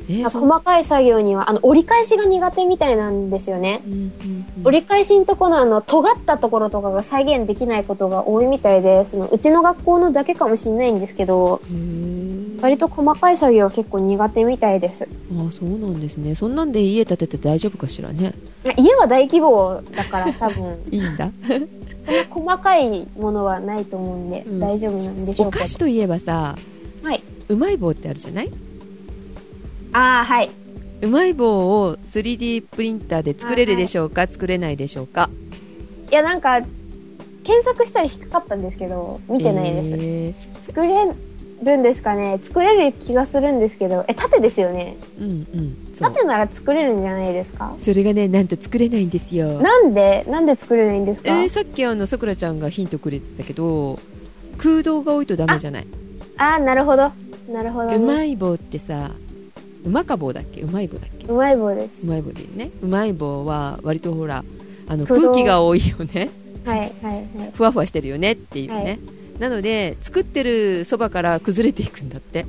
[SPEAKER 1] え
[SPEAKER 2] まあ
[SPEAKER 1] そ
[SPEAKER 2] 細かい作業には、あの折り返しが苦手みたいなんですよね。
[SPEAKER 1] うんうんうん
[SPEAKER 2] 折り返しのとこのあの、尖ったところとかが再現できないことが多いみたいで、その、うちの学校のだけかもしれないんですけど、
[SPEAKER 1] へー
[SPEAKER 2] 割と細かい作業は結構苦手みたいです。
[SPEAKER 1] あそうなんですねそんなんで家建てて大丈夫かしらね
[SPEAKER 2] 家は大規模だから多分
[SPEAKER 1] いいんだ
[SPEAKER 2] 細かいものはないと思うんで、
[SPEAKER 1] うん
[SPEAKER 2] 大丈夫なんでしょ
[SPEAKER 1] お
[SPEAKER 2] うけ
[SPEAKER 1] 菓子といえばさ
[SPEAKER 2] どはい。
[SPEAKER 1] うまい棒ってあるじゃない
[SPEAKER 2] ああ、はい。
[SPEAKER 1] うまい棒を 3D プリンターで作れるでしょうか、作れないでしょうか
[SPEAKER 2] いや、なんか、検索したら引っかかったんですけど、見てないです。
[SPEAKER 1] です、
[SPEAKER 2] 作れるんですかね作れる気がするんですけど、え、縦ですよね。
[SPEAKER 1] えーうんうんそう
[SPEAKER 2] 縦なら作れるんじゃないですか
[SPEAKER 1] それがねなんと作れないんですよ
[SPEAKER 2] なんで、なんで作れないんですか、
[SPEAKER 1] えーさっきあのさくらちゃんがヒントくれてたけど空洞が多いとダメじゃない
[SPEAKER 2] ああ、なるほど。なるほど、ね。
[SPEAKER 1] うまい棒ってさうまか棒だっけうまい棒だっけ
[SPEAKER 2] うまい棒で
[SPEAKER 1] う
[SPEAKER 2] す。
[SPEAKER 1] まい棒でいいねうまい棒は割とほらあの
[SPEAKER 2] 空洞
[SPEAKER 1] 空気が多いよね
[SPEAKER 2] はい、はい、はい。
[SPEAKER 1] ふわふわしてるよねっていうね、
[SPEAKER 2] はい
[SPEAKER 1] なので作ってるそばから崩れていくんだって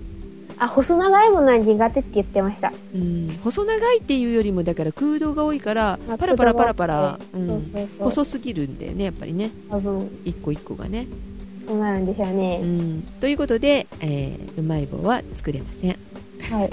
[SPEAKER 2] あ、細長いものは苦手って言ってました。
[SPEAKER 1] うん細長いっていうよりもだから空洞が多いから
[SPEAKER 2] まあ
[SPEAKER 1] パラパラパラパラ、う、
[SPEAKER 2] そうんそうそう。
[SPEAKER 1] 細すぎるんだよねやっぱりね
[SPEAKER 2] 多分、
[SPEAKER 1] 一個一個がね、
[SPEAKER 2] そうなるんですよ
[SPEAKER 1] う
[SPEAKER 2] ね。
[SPEAKER 1] ん、ということで、えーうまい棒は作れません
[SPEAKER 2] はい。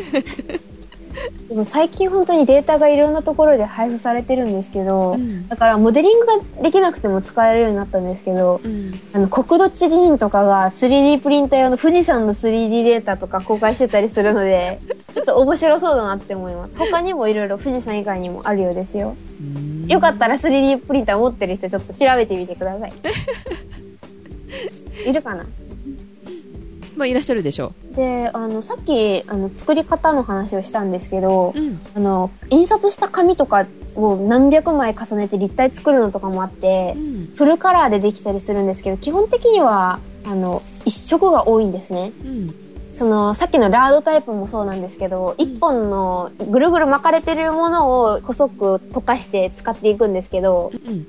[SPEAKER 2] でも最近本当にデータがいろんなところで配布されてるんですけど、
[SPEAKER 1] うん
[SPEAKER 2] だからモデリングができなくても使えるようになったんですけど、
[SPEAKER 1] うん
[SPEAKER 2] あの、国土地理院とかが 3D プリンター用の富士山の 3D データとか公開してたりするので、 ちょっと面白そうだなって思います。他にもいろいろ富士山以外にもあるようですよ。
[SPEAKER 1] うん
[SPEAKER 2] よかったら 3D プリンター持ってる人ちょっと調べてみてくだ さい。いるかな
[SPEAKER 1] まあいらっしゃるでしょ
[SPEAKER 2] で、あの、さっき、あの、作り方の話をしたんですけど
[SPEAKER 1] う、、うん
[SPEAKER 2] あの、印刷した紙とかを何百枚重ねて立体作るのとかもあって
[SPEAKER 1] う、ん
[SPEAKER 2] フルカラーでできたりするんですけど、基本的には、あの、一色が多いんですね。
[SPEAKER 1] うん
[SPEAKER 2] その、さっきのラードタイプもそうなんですけど、一本のぐるぐる巻かれてるものを細く溶かして使っていくんですけど、
[SPEAKER 1] うん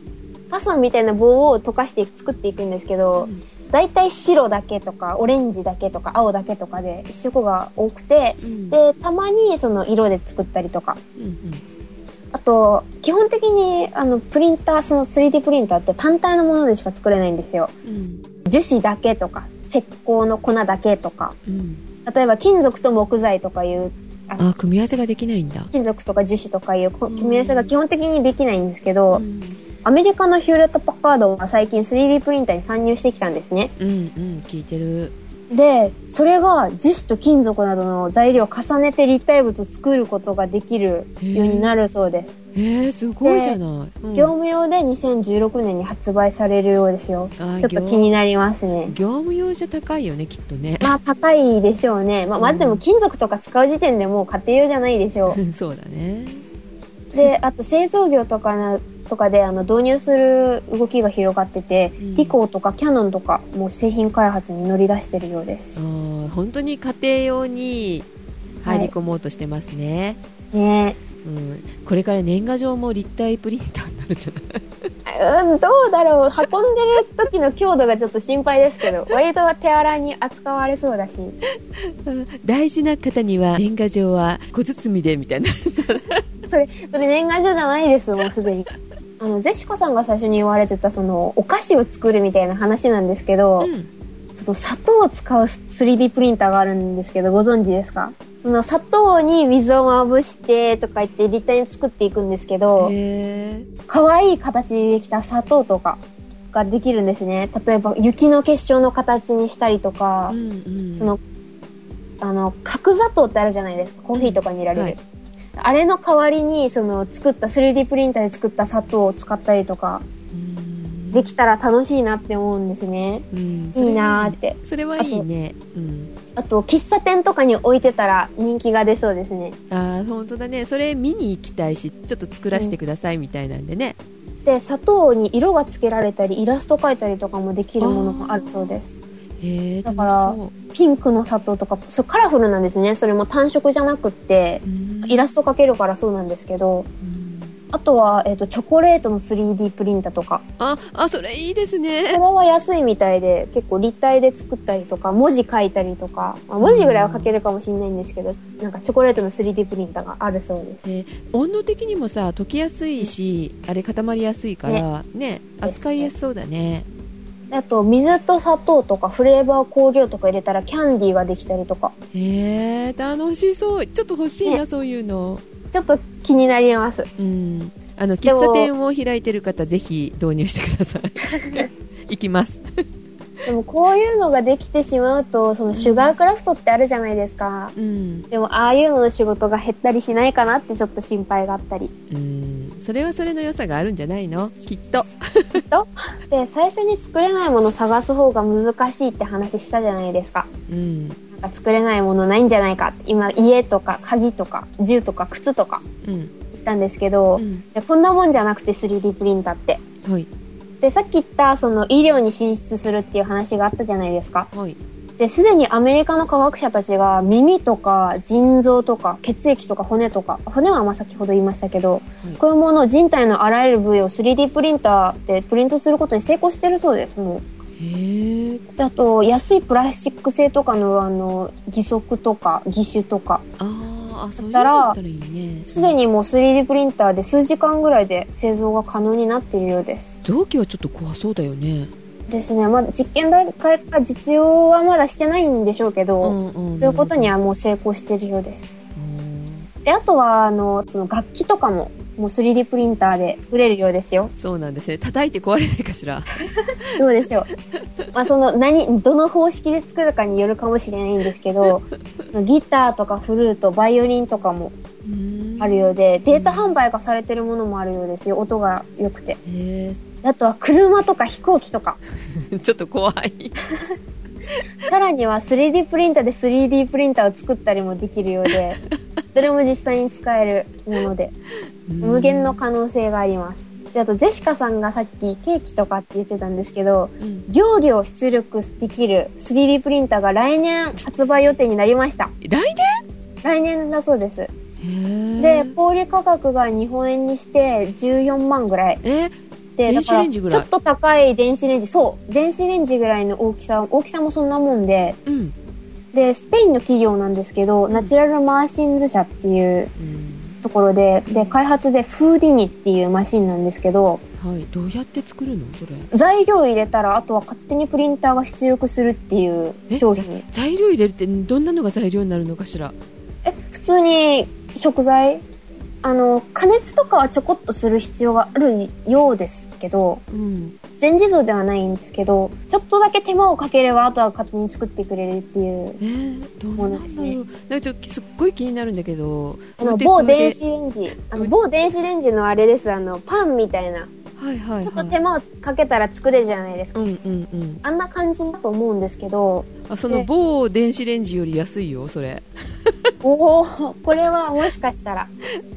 [SPEAKER 2] パソンみたいな棒を溶かして作っていくんですけど、だいたい白だけとか、オレンジだけとか、青だけとかで一色が多くて、
[SPEAKER 1] うん
[SPEAKER 2] で、たまにその色で作ったりとか。
[SPEAKER 1] うんうん
[SPEAKER 2] あと、基本的にあの、プリンター、その 3D プリンターって単体のものでしか作れないんですよ。
[SPEAKER 1] うん
[SPEAKER 2] 樹脂だけとか、石膏の粉だけとか、
[SPEAKER 1] うん
[SPEAKER 2] 例えば金属と木材とかいうあの
[SPEAKER 1] あ組み合わせができないんだ、
[SPEAKER 2] 金属とか樹脂とかいうこ
[SPEAKER 1] うん
[SPEAKER 2] 組み合わせが基本的にできないんですけ
[SPEAKER 1] う
[SPEAKER 2] ど、
[SPEAKER 1] ん、
[SPEAKER 2] アメリカのヒューレット・パッカードは最近 3D プリンターに参入してきたんですね。
[SPEAKER 1] うんうん聞いてる
[SPEAKER 2] で、それが樹脂と金属などの材料を重ねて立体物を作ることができるようになるそうです。
[SPEAKER 1] えー、すごいじゃない、うん
[SPEAKER 2] 業務用で2016年に発売されるようですよ。
[SPEAKER 1] あー
[SPEAKER 2] ちょっと気になりますね。
[SPEAKER 1] 業務用じゃ高いよねきっとね
[SPEAKER 2] まあ高いでしょうね。まあ、まあでも金属とか使う時点でもう家庭用じゃないでしょ
[SPEAKER 1] そうだね
[SPEAKER 2] う。で、あと製造業とかな、とかであの導入する動きが広がってて、
[SPEAKER 1] うん
[SPEAKER 2] リコーとかキャノンとかもう製品開発に乗り出してるようで
[SPEAKER 1] あ
[SPEAKER 2] す。
[SPEAKER 1] ー本当に家庭用に入り込もうとしてますね、
[SPEAKER 2] ね
[SPEAKER 1] うん、これから年賀状も立体プリンターになるじゃない
[SPEAKER 2] え。うん、どうだろう。運んでる時の強度がちょっと心配です けど、割と手荒に扱われそうだし。
[SPEAKER 1] 大事な方には年賀状は小包みでみたいな
[SPEAKER 2] それ、それ年賀状じゃないです、もうすでに。あの、ゼシカさんが最初に言われてた、その、お菓子を作るみたいな話なんですけ
[SPEAKER 1] う
[SPEAKER 2] ど、
[SPEAKER 1] ん
[SPEAKER 2] その砂糖を使う 3D プリンターがあるんですけど、ご存知ですかその砂糖に水をまぶしてとか言って立体に作っていくんですけど、
[SPEAKER 1] へ
[SPEAKER 2] 可愛い形にできた砂糖とかができるんですね。例えば雪の結晶の形にしたりと
[SPEAKER 1] ー
[SPEAKER 2] か
[SPEAKER 1] う、んうん
[SPEAKER 2] その、あの、角砂糖ってあるじゃないですか。コーヒーとかに入れられる。
[SPEAKER 1] はい
[SPEAKER 2] あれの代わりに、その、作った 3D プリンターで作った砂糖を使ったりとか、
[SPEAKER 1] うん
[SPEAKER 2] できたら楽しいなって思うんですね。
[SPEAKER 1] うん
[SPEAKER 2] いいなーって。
[SPEAKER 1] それはいいねうん
[SPEAKER 2] あと、喫茶店とかに置いてたら人気が出そうですね。
[SPEAKER 1] ああ本当だねそれ見に行きたいしちょっと作らせてくださいみたいなんでね、
[SPEAKER 2] で、砂糖に色がつけられたり、イラスト描いたりとかもできるものがあるそうです。
[SPEAKER 1] へえ楽
[SPEAKER 2] だ
[SPEAKER 1] し
[SPEAKER 2] から
[SPEAKER 1] そ
[SPEAKER 2] ピンクの砂糖とか、そう、カラフルなんですね。それも単色じゃなくって
[SPEAKER 1] う、うん
[SPEAKER 2] イラスト描けるからそうなんですけど、
[SPEAKER 1] うん
[SPEAKER 2] あとは、えっ、と、チョコレートの 3D プリンターとか。
[SPEAKER 1] ああそれいいです
[SPEAKER 2] これ
[SPEAKER 1] ね
[SPEAKER 2] は安いみたいで、結構立体で作ったりとか、文字書いたりとか、まあ文字ぐらいは書けるかもしれないんですけど、なんかチョコレートの 3D プリンターがあるそうです。
[SPEAKER 1] 温度的にもさ溶けやすいしあれ固まりやすいからね扱いやすそうだね
[SPEAKER 2] であと、水と砂糖とか、フレーバー香料とか入れたらキャンディーができたりとか、
[SPEAKER 1] へえ楽しそうちょっと欲しいな、
[SPEAKER 2] ね
[SPEAKER 1] そういうの
[SPEAKER 2] ちょっと気になります。
[SPEAKER 1] うんあの喫
[SPEAKER 2] でも
[SPEAKER 1] 茶店を開いてる方ぜひ導入してくださ い行きます
[SPEAKER 2] でも、こういうのができてしまうと、そのシュガークラフトってあるじゃないですか。
[SPEAKER 1] うん、
[SPEAKER 2] でも、ああいうのの仕事が減ったりしないかなってちょっと心配があったり。
[SPEAKER 1] うん、それはそれの良さがあるんじゃないのきっと
[SPEAKER 2] で、最初に作れないもの探す方が難しいって話したじゃないですか。
[SPEAKER 1] うん
[SPEAKER 2] なんか作れないものないんじゃないかって今家とか鍵とか銃とか靴とか
[SPEAKER 1] うん
[SPEAKER 2] 言ったんですけど、
[SPEAKER 1] うん
[SPEAKER 2] でこんなもんじゃなくて 3D プリンターって
[SPEAKER 1] はい
[SPEAKER 2] でさっき言ったその医療に進出するっていう話があったじゃないですか
[SPEAKER 1] はい
[SPEAKER 2] ですでにアメリカの科学者たちが耳とか腎臓とか血液とか骨とか骨はまあ先ほど言いましたけど、
[SPEAKER 1] はい
[SPEAKER 2] こういうものを人体のあらゆる部位を 3D プリンターでプリントすることに成功してるそうですもう
[SPEAKER 1] へえ
[SPEAKER 2] であと安いプラスチック製とかのあの義足とか義手とか
[SPEAKER 1] あーあそういうの
[SPEAKER 2] だったら
[SPEAKER 1] だったらいいね
[SPEAKER 2] すでにもう 3D プリンターで数時間ぐらいで製造が可能になっているようです。
[SPEAKER 1] 臓器はちょっと怖そうだよね
[SPEAKER 2] ですね。まだ実験段階か実用はまだしてないんでしょうけど、
[SPEAKER 1] ん
[SPEAKER 2] そういうことに
[SPEAKER 1] あ
[SPEAKER 2] はもう成功しているようです。で、あとは、あの、その楽器とかも、もう 3D プリンターで作れるようですよ。
[SPEAKER 1] そうなんですね叩いて壊れないかしら
[SPEAKER 2] どうでしょう。まあ、その、何、どの方式で作るかによるかもしれないんですけど、ギターとかフルート、バイオリンとかもあるようで、データ販売がされてるものもあるようですよ。音が良くて。
[SPEAKER 1] へ
[SPEAKER 2] あとは車とか飛行機とか。
[SPEAKER 1] え ちょっと怖い
[SPEAKER 2] さらには 3D プリンターで 3D プリンターを作ったりもできるよ うで、それも実際に使えるもので、無限の可能性があります。で、あと、ゼシカさんがさっきケーキとかって言ってたんですけど、
[SPEAKER 1] うん
[SPEAKER 2] 料理を出力できる 3D プリンターが来年発売予定になりました。
[SPEAKER 1] 来
[SPEAKER 2] 来年だそうです。
[SPEAKER 1] 年
[SPEAKER 2] で、小売価格が日本円にして14万ぐらい。
[SPEAKER 1] え
[SPEAKER 2] で、
[SPEAKER 1] 電子レンジぐらい
[SPEAKER 2] だからちょっと高い電子レンジ、そう、電子レンジぐらいの大きさ、大きさもそんなもんで、
[SPEAKER 1] うん、
[SPEAKER 2] で、スペインの企業なんですけど、ナチュラルマーシンズ社っていう
[SPEAKER 1] うん、
[SPEAKER 2] ところで、で、開発でフーディニっていうマシンなんですけど、
[SPEAKER 1] はいどうやって作るのそれ
[SPEAKER 2] 材料入れたら、あとは勝手にプリンターが出力するっていう
[SPEAKER 1] え
[SPEAKER 2] 商品。
[SPEAKER 1] 材料入れるってどんなのが材料になるのかしら
[SPEAKER 2] え、普通に食材、あの、加熱とかはちょこっとする必要があるようですけど、
[SPEAKER 1] うん
[SPEAKER 2] 全自動ではないんですけど、ちょっとだけ手間をかければ、あとは勝手に作ってくれるっていう。
[SPEAKER 1] えー、どうなんだろう
[SPEAKER 2] も
[SPEAKER 1] なんかちょっとすっごい気になるんだけど
[SPEAKER 2] あの、
[SPEAKER 1] ウテ
[SPEAKER 2] 某
[SPEAKER 1] クで
[SPEAKER 2] 電子レンジ。あの、
[SPEAKER 1] う
[SPEAKER 2] 某電子レンジのあれです。あの、パンみたいな。
[SPEAKER 1] はいはい
[SPEAKER 2] ちょっ
[SPEAKER 1] は
[SPEAKER 2] と手
[SPEAKER 1] い
[SPEAKER 2] 間をかけたら作れるじゃないですか。
[SPEAKER 1] うんうんうん
[SPEAKER 2] あんな感じだと思うんです けど、
[SPEAKER 1] あその某電子レンジより安いよそれ
[SPEAKER 2] おお、これはもしかしたら。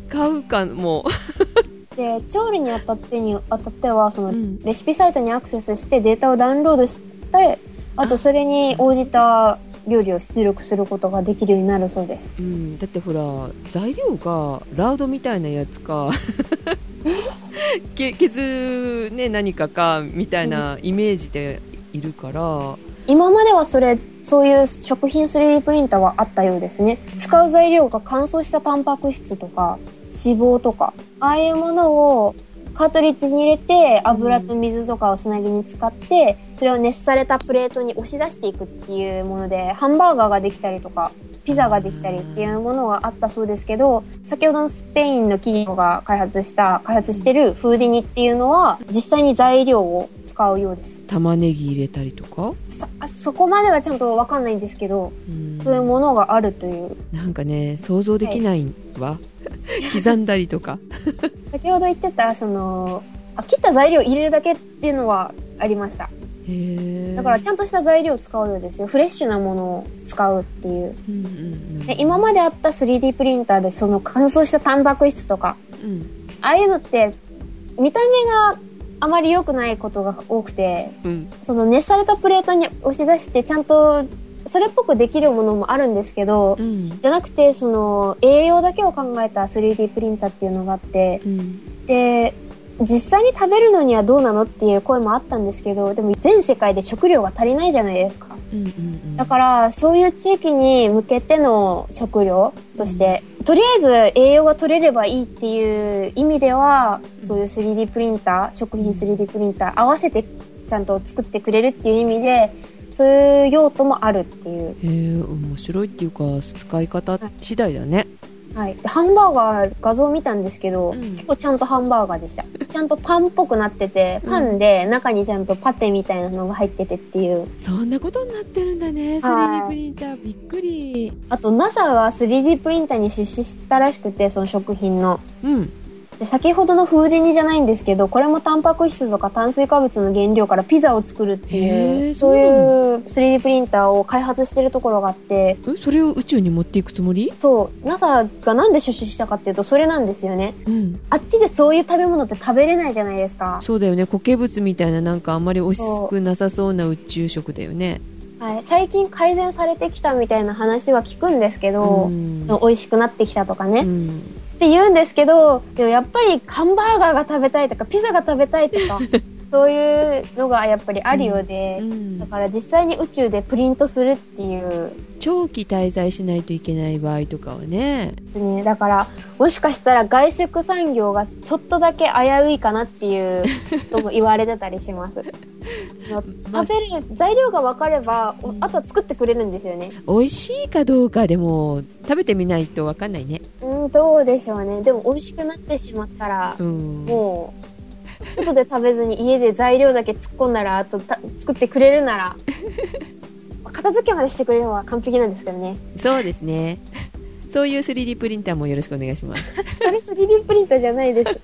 [SPEAKER 1] 買うかも
[SPEAKER 2] で、調理にあたってに、あたっては、その、
[SPEAKER 1] うん
[SPEAKER 2] レシピサイトにアクセスしてデータをダウンロードして、あとそれに応じた料理を出力することができるようになるそうです。
[SPEAKER 1] うん、だってほら材料がラードみたいなやつかけ削る、ね、何かかみたいなイメージでいるから、
[SPEAKER 2] 今まではそれ、そういう食品 3D プリンターはあったようですね。使う材料が乾燥したタンパク質とか、脂肪とか、ああいうものをカートリッジに入れて、油と水とかをつなぎに使って、それを熱されたプレートに押し出していくっていうもので、ハンバーガーができたりとか、ピザができたりっていうものがあったそうですけど、先ほどのスペインの企業が開発した、開発してるフーディニっていうのは、実際に材料を使うようです。
[SPEAKER 1] 玉ねぎ入れたりとか、
[SPEAKER 2] さそこまではちゃんとわかんないんですけど、
[SPEAKER 1] うん
[SPEAKER 2] そういうものがあるという。
[SPEAKER 1] なんかね想像できないわ、刻んだりとか
[SPEAKER 2] 先ほど言ってた、その、あ切った材料入れるだけっていうのはありました。
[SPEAKER 1] へえ
[SPEAKER 2] だからちゃんとした材料を使うようですよ。フレッシュなものを使うっていう。
[SPEAKER 1] うんうんうん
[SPEAKER 2] で今まであった 3D プリンターでその乾燥したタンパク質とか、
[SPEAKER 1] うん
[SPEAKER 2] ああいうのって見た目があまり良くないことが多くて、
[SPEAKER 1] うん
[SPEAKER 2] その熱されたプレートに押し出してちゃんとそれっぽくできるものもあるんですけど、
[SPEAKER 1] うん
[SPEAKER 2] じゃなくて、その、栄養だけを考えた 3D プリンターっていうのがあって、
[SPEAKER 1] うん
[SPEAKER 2] で、実際に食べるのにはどうなのっていう声もあったんですけど、でも全世界で食料が足りないじゃないですか。
[SPEAKER 1] うんうん
[SPEAKER 2] だから、そういう地域に向けての食料として、とりあえず栄養が取れればいいっていう意味では、
[SPEAKER 1] うん
[SPEAKER 2] そういう 3D プリンター、食品 3D プリンター合わせてちゃんと作ってくれるっていう意味で、そういう用途もあるっていう。
[SPEAKER 1] へえ面白いっていうか使い方次第だね
[SPEAKER 2] はい、でハンバーガー画像見たんですけど、
[SPEAKER 1] うん
[SPEAKER 2] 結構ちゃんとハンバーガー でしたちゃんとパンっぽくなっててパンで中にちゃんとパテみたいなのが入っててっていう
[SPEAKER 1] そんなことになってるんだね 3D
[SPEAKER 2] はい
[SPEAKER 1] プリンターびっくり
[SPEAKER 2] あと NASA が 3D プリンターに出資したらしくてその食品の
[SPEAKER 1] うん
[SPEAKER 2] で先ほどのフーディニじゃないんですけどこれもタンパク質とか炭水化物の原料からピザを作るってい
[SPEAKER 1] へー
[SPEAKER 2] うそういう 3D プリンターを開発してるところがあって
[SPEAKER 1] えそれを宇宙に持っていくつもり
[SPEAKER 2] そう NASA がなんで出資したかっていうとそれなんですよね
[SPEAKER 1] うん
[SPEAKER 2] あっちでそういう食べ物って食べれないじゃないですか
[SPEAKER 1] そうだよね固形物みたいななんかあんまり美味しくなさそうな宇宙食だよね
[SPEAKER 2] はい、最近改善されてきたみたいな話は聞くんですけど、
[SPEAKER 1] ん
[SPEAKER 2] 美味しくなってきたとかね、
[SPEAKER 1] う
[SPEAKER 2] っ
[SPEAKER 1] ん
[SPEAKER 2] て言うんですけどでもやっぱりハンバーガーが食べたいとかピザが食べたいと かそういうのがやっぱりあるようで、
[SPEAKER 1] うん
[SPEAKER 2] だから実際に宇宙でプリントするっていう
[SPEAKER 1] 長期滞在しないといけない場合とかはね
[SPEAKER 2] ですねだからもしかしたら外食産業がちょっとだけ危ういかなっていうとも言われてたりしますあの
[SPEAKER 1] まあ
[SPEAKER 2] 食べる材料が分かればおあとは作ってくれるんですよね
[SPEAKER 1] 美味しいかどうかでも食べてみないとわかんないね
[SPEAKER 2] うん、どうでしょうね。でも美味しくなってしまったら
[SPEAKER 1] う、ん
[SPEAKER 2] もう、外で食べずに家で材料だけ突っ込んだら、あとた作ってくれるな ら、まあ片付けまでしてくれるのは完璧なんですけどね。
[SPEAKER 1] そうですねそういう 3D プリンターもよろしくお願いします
[SPEAKER 2] それ 3D プリンターじゃないです。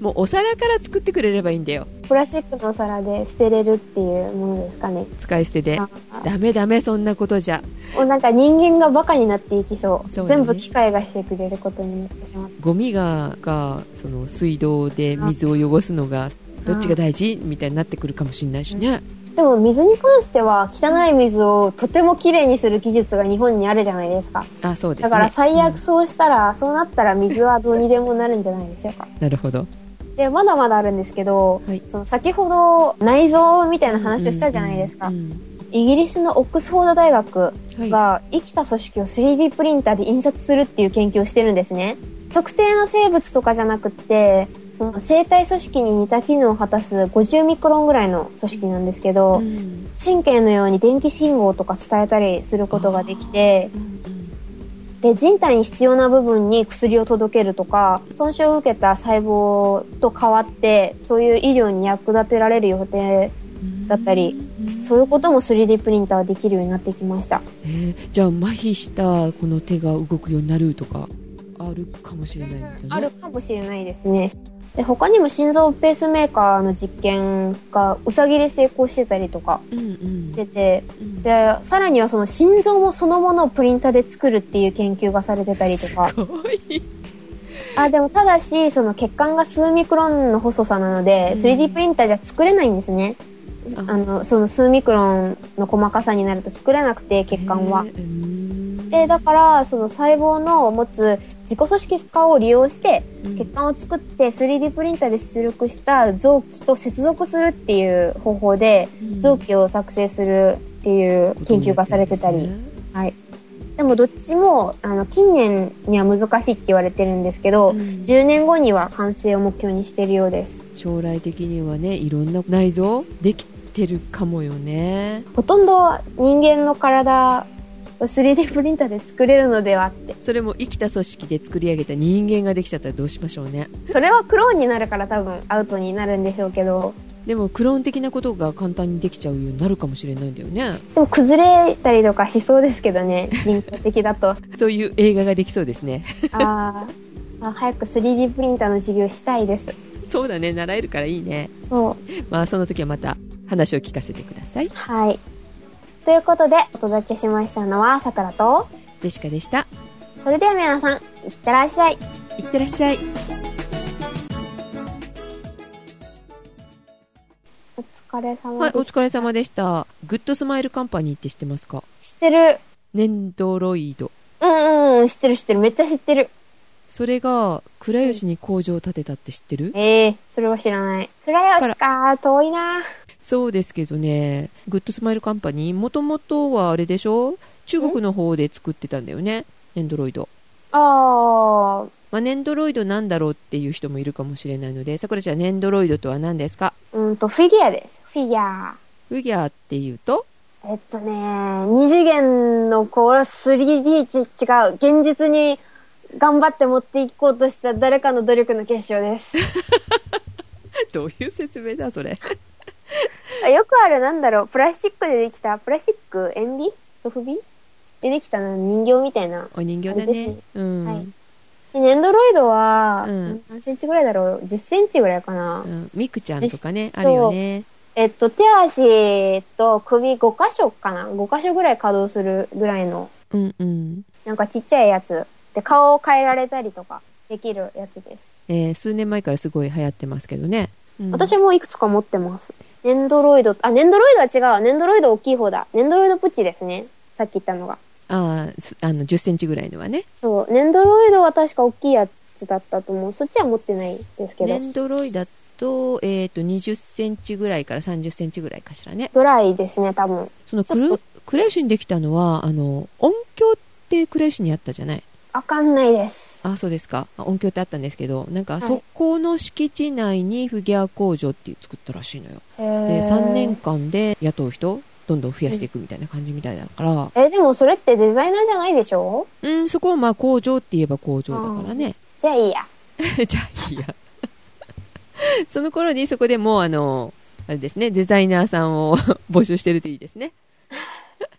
[SPEAKER 1] もうお皿から作ってくれればいいんだよ
[SPEAKER 2] プラスチックのお皿で捨てれるっていうものですかね。
[SPEAKER 1] 使い捨てで
[SPEAKER 2] あ
[SPEAKER 1] ダメダメそんなことじゃ
[SPEAKER 2] もうなんか人間がバカになっていきそう。
[SPEAKER 1] そうだね
[SPEAKER 2] 全部機械がしてくれることになってしまった。
[SPEAKER 1] ゴミががその水道で水を汚すのがどっちが大事みたいになってくるかもしれないしね、
[SPEAKER 2] でも水に関しては、汚い水をとてもきれいにする技術が日本にあるじゃないですか。
[SPEAKER 1] あそうですね
[SPEAKER 2] だから最悪そうしたら、そうなったら水はどうにでもなるんじゃないでしょうか。
[SPEAKER 1] うんなるほど
[SPEAKER 2] で、まだまだあるんですけど、
[SPEAKER 1] はい
[SPEAKER 2] その先ほど内臓みたいな話をしたじゃないですか。
[SPEAKER 1] うんうん
[SPEAKER 2] イギリスのオックスフォード大学
[SPEAKER 1] うんはい
[SPEAKER 2] が生きた組織を 3D プリンターで印刷するっていう研究をしてるんですね。特定の生物とかじゃなくって、その生体組織に似た機能を果たす50ミクロンぐらいの組織なんですけど、
[SPEAKER 1] うん
[SPEAKER 2] 神経のように電気信号とか伝えたりすることができて、
[SPEAKER 1] うん
[SPEAKER 2] で人体に必要な部分に薬を届けるとか損傷を受けた細胞と変わってそういう医療に役立てられる予定だったりそういうことも 3D プリンターできるようになってきました
[SPEAKER 1] えーじゃあ麻痺したこの手が動くようになるとかあるかもしれないみたいな
[SPEAKER 2] あるかもしれないですねで他にも心臓ペースメーカーの実験がウサギで成功してたりとか
[SPEAKER 1] うんうん
[SPEAKER 2] してて
[SPEAKER 1] うん
[SPEAKER 2] でさらにはその心臓もそのものをプリンターで作るっていう研究がされてたりとか
[SPEAKER 1] すごい
[SPEAKER 2] あでもただしその血管が数ミクロンの細さなので、
[SPEAKER 1] うん
[SPEAKER 2] 3D プリンターじゃ作れないんですね
[SPEAKER 1] あ
[SPEAKER 2] あのその数ミクロンの細かさになると作れなくて血管は
[SPEAKER 1] へ、ーうーん
[SPEAKER 2] でだからその細胞の持つ自己組織化を利用して
[SPEAKER 1] うん
[SPEAKER 2] 血管を作って 3D プリンターで出力した臓器と接続するっていう方法で
[SPEAKER 1] うん
[SPEAKER 2] 臓器を作成するっていう研究がされてたり、
[SPEAKER 1] ことになってるんですね
[SPEAKER 2] はい、でもどっちもあの近年には難しいって言われてるんですけど、
[SPEAKER 1] うん
[SPEAKER 2] 10年後には完成を目標にしているようです
[SPEAKER 1] 将来的にはねいろんな内臓できてるかもよね
[SPEAKER 2] ほとんど人間の体を 3D プリンターで作れるのではって
[SPEAKER 1] それも生きた組織で作り上げた人間ができちゃったらどうしましょうね
[SPEAKER 2] それはクローンになるから多分アウトになるんでしょうけど
[SPEAKER 1] でもクローン的なことが簡単にできちゃうようになるかもしれないんだよね
[SPEAKER 2] でも崩れたりとかしそうですけど ね人工的だと
[SPEAKER 1] そういう映画ができそうですね
[SPEAKER 2] あーあ早く 3D プリンターの授業したいです
[SPEAKER 1] そうだね習えるからいいね
[SPEAKER 2] そう
[SPEAKER 1] まあその時はまた話を聞かせてください
[SPEAKER 2] はいということでお届けしましたのはさくらと
[SPEAKER 1] ジェシカでした
[SPEAKER 2] それでは皆さんいってらっしゃい
[SPEAKER 1] いってらっしゃい
[SPEAKER 2] お疲れ様
[SPEAKER 1] はい
[SPEAKER 2] です、
[SPEAKER 1] お疲れ様でしたグッドスマイルカンパニーって知ってますか
[SPEAKER 2] 知ってる
[SPEAKER 1] ネンドロイド
[SPEAKER 2] うんうん知ってる知ってるめっちゃ知ってる
[SPEAKER 1] それが倉吉に工場を建てたって知ってる
[SPEAKER 2] ええそれは知らない。倉吉か、遠いな。
[SPEAKER 1] そうですけどね、グッドスマイルカンパニー、もともとはあれでしょ、中国の方で作ってたんだよね、ネンドロイド。
[SPEAKER 2] ああ、
[SPEAKER 1] まあ、ネンドロイドなんだろうっていう人もいるかもしれないので、さくらちゃん、ネンドロイドとは何ですか
[SPEAKER 2] うんと、フィギュアです。フィギュア。
[SPEAKER 1] フィギュアっていうと、
[SPEAKER 2] えっとね、二次元のこう、3D ち違う、現実に頑張って持っていこうとした誰かの努力の結晶です。
[SPEAKER 1] どういう説明だ、 それ。
[SPEAKER 2] よくある、なんだろう、プラスチックでできた、プラスチック、塩ビソフビでできたの人形みたいな。
[SPEAKER 1] お人形だ
[SPEAKER 2] あれです
[SPEAKER 1] ね
[SPEAKER 2] ね。
[SPEAKER 1] うん、
[SPEAKER 2] はいでネンドロイドは、
[SPEAKER 1] うん
[SPEAKER 2] 何センチぐらいだろう ?10 センチぐらいかな。
[SPEAKER 1] うんミクちゃんとかね、
[SPEAKER 2] 実
[SPEAKER 1] あるよね。
[SPEAKER 2] えっと、手足と首5箇所かな ?5 箇所ぐらい稼働するぐらいの、
[SPEAKER 1] うんうん。
[SPEAKER 2] なんかちっちゃいやつ。で、顔を変えられたりとかできるやつです。
[SPEAKER 1] えー数年前からすごい流行ってますけどね。うん
[SPEAKER 2] 私もいくつか持ってます。ネンドロイド、あ、ネンドロイドは違う。ネンドロイド大きい方だ。ネンドロイドプチですね。さっき言ったのが。
[SPEAKER 1] あーすあの10センチぐらいのはね。
[SPEAKER 2] そう。ネンドロイドは確か大きいやつだったと思う。そっちは持ってないですけど
[SPEAKER 1] ネ。ンドロイだと,、えー、と20センチぐらいから30センチぐらいかしらね
[SPEAKER 2] ぐらいですね、多分。
[SPEAKER 1] そのクルクレイシュにできたのはあの音響ってクレイシュにあったじゃない
[SPEAKER 2] わかんないです。
[SPEAKER 1] あそうですかあ音響ってあったんですけどなんか
[SPEAKER 2] い
[SPEAKER 1] そこの敷地内にフィギュア工場っていう作ったらしいのよ
[SPEAKER 2] で、
[SPEAKER 1] で3年間で雇う人どんどん増やしていくみたいな感じみたいだから
[SPEAKER 2] え、でもそれってデザイナーじゃないでしょ
[SPEAKER 1] うんそこはまあ工場って言えば工場だからね
[SPEAKER 2] じゃあいいや。
[SPEAKER 1] じゃあいいやその頃にそこでもうあのあれですねデザイナーさんを募集してるといいですね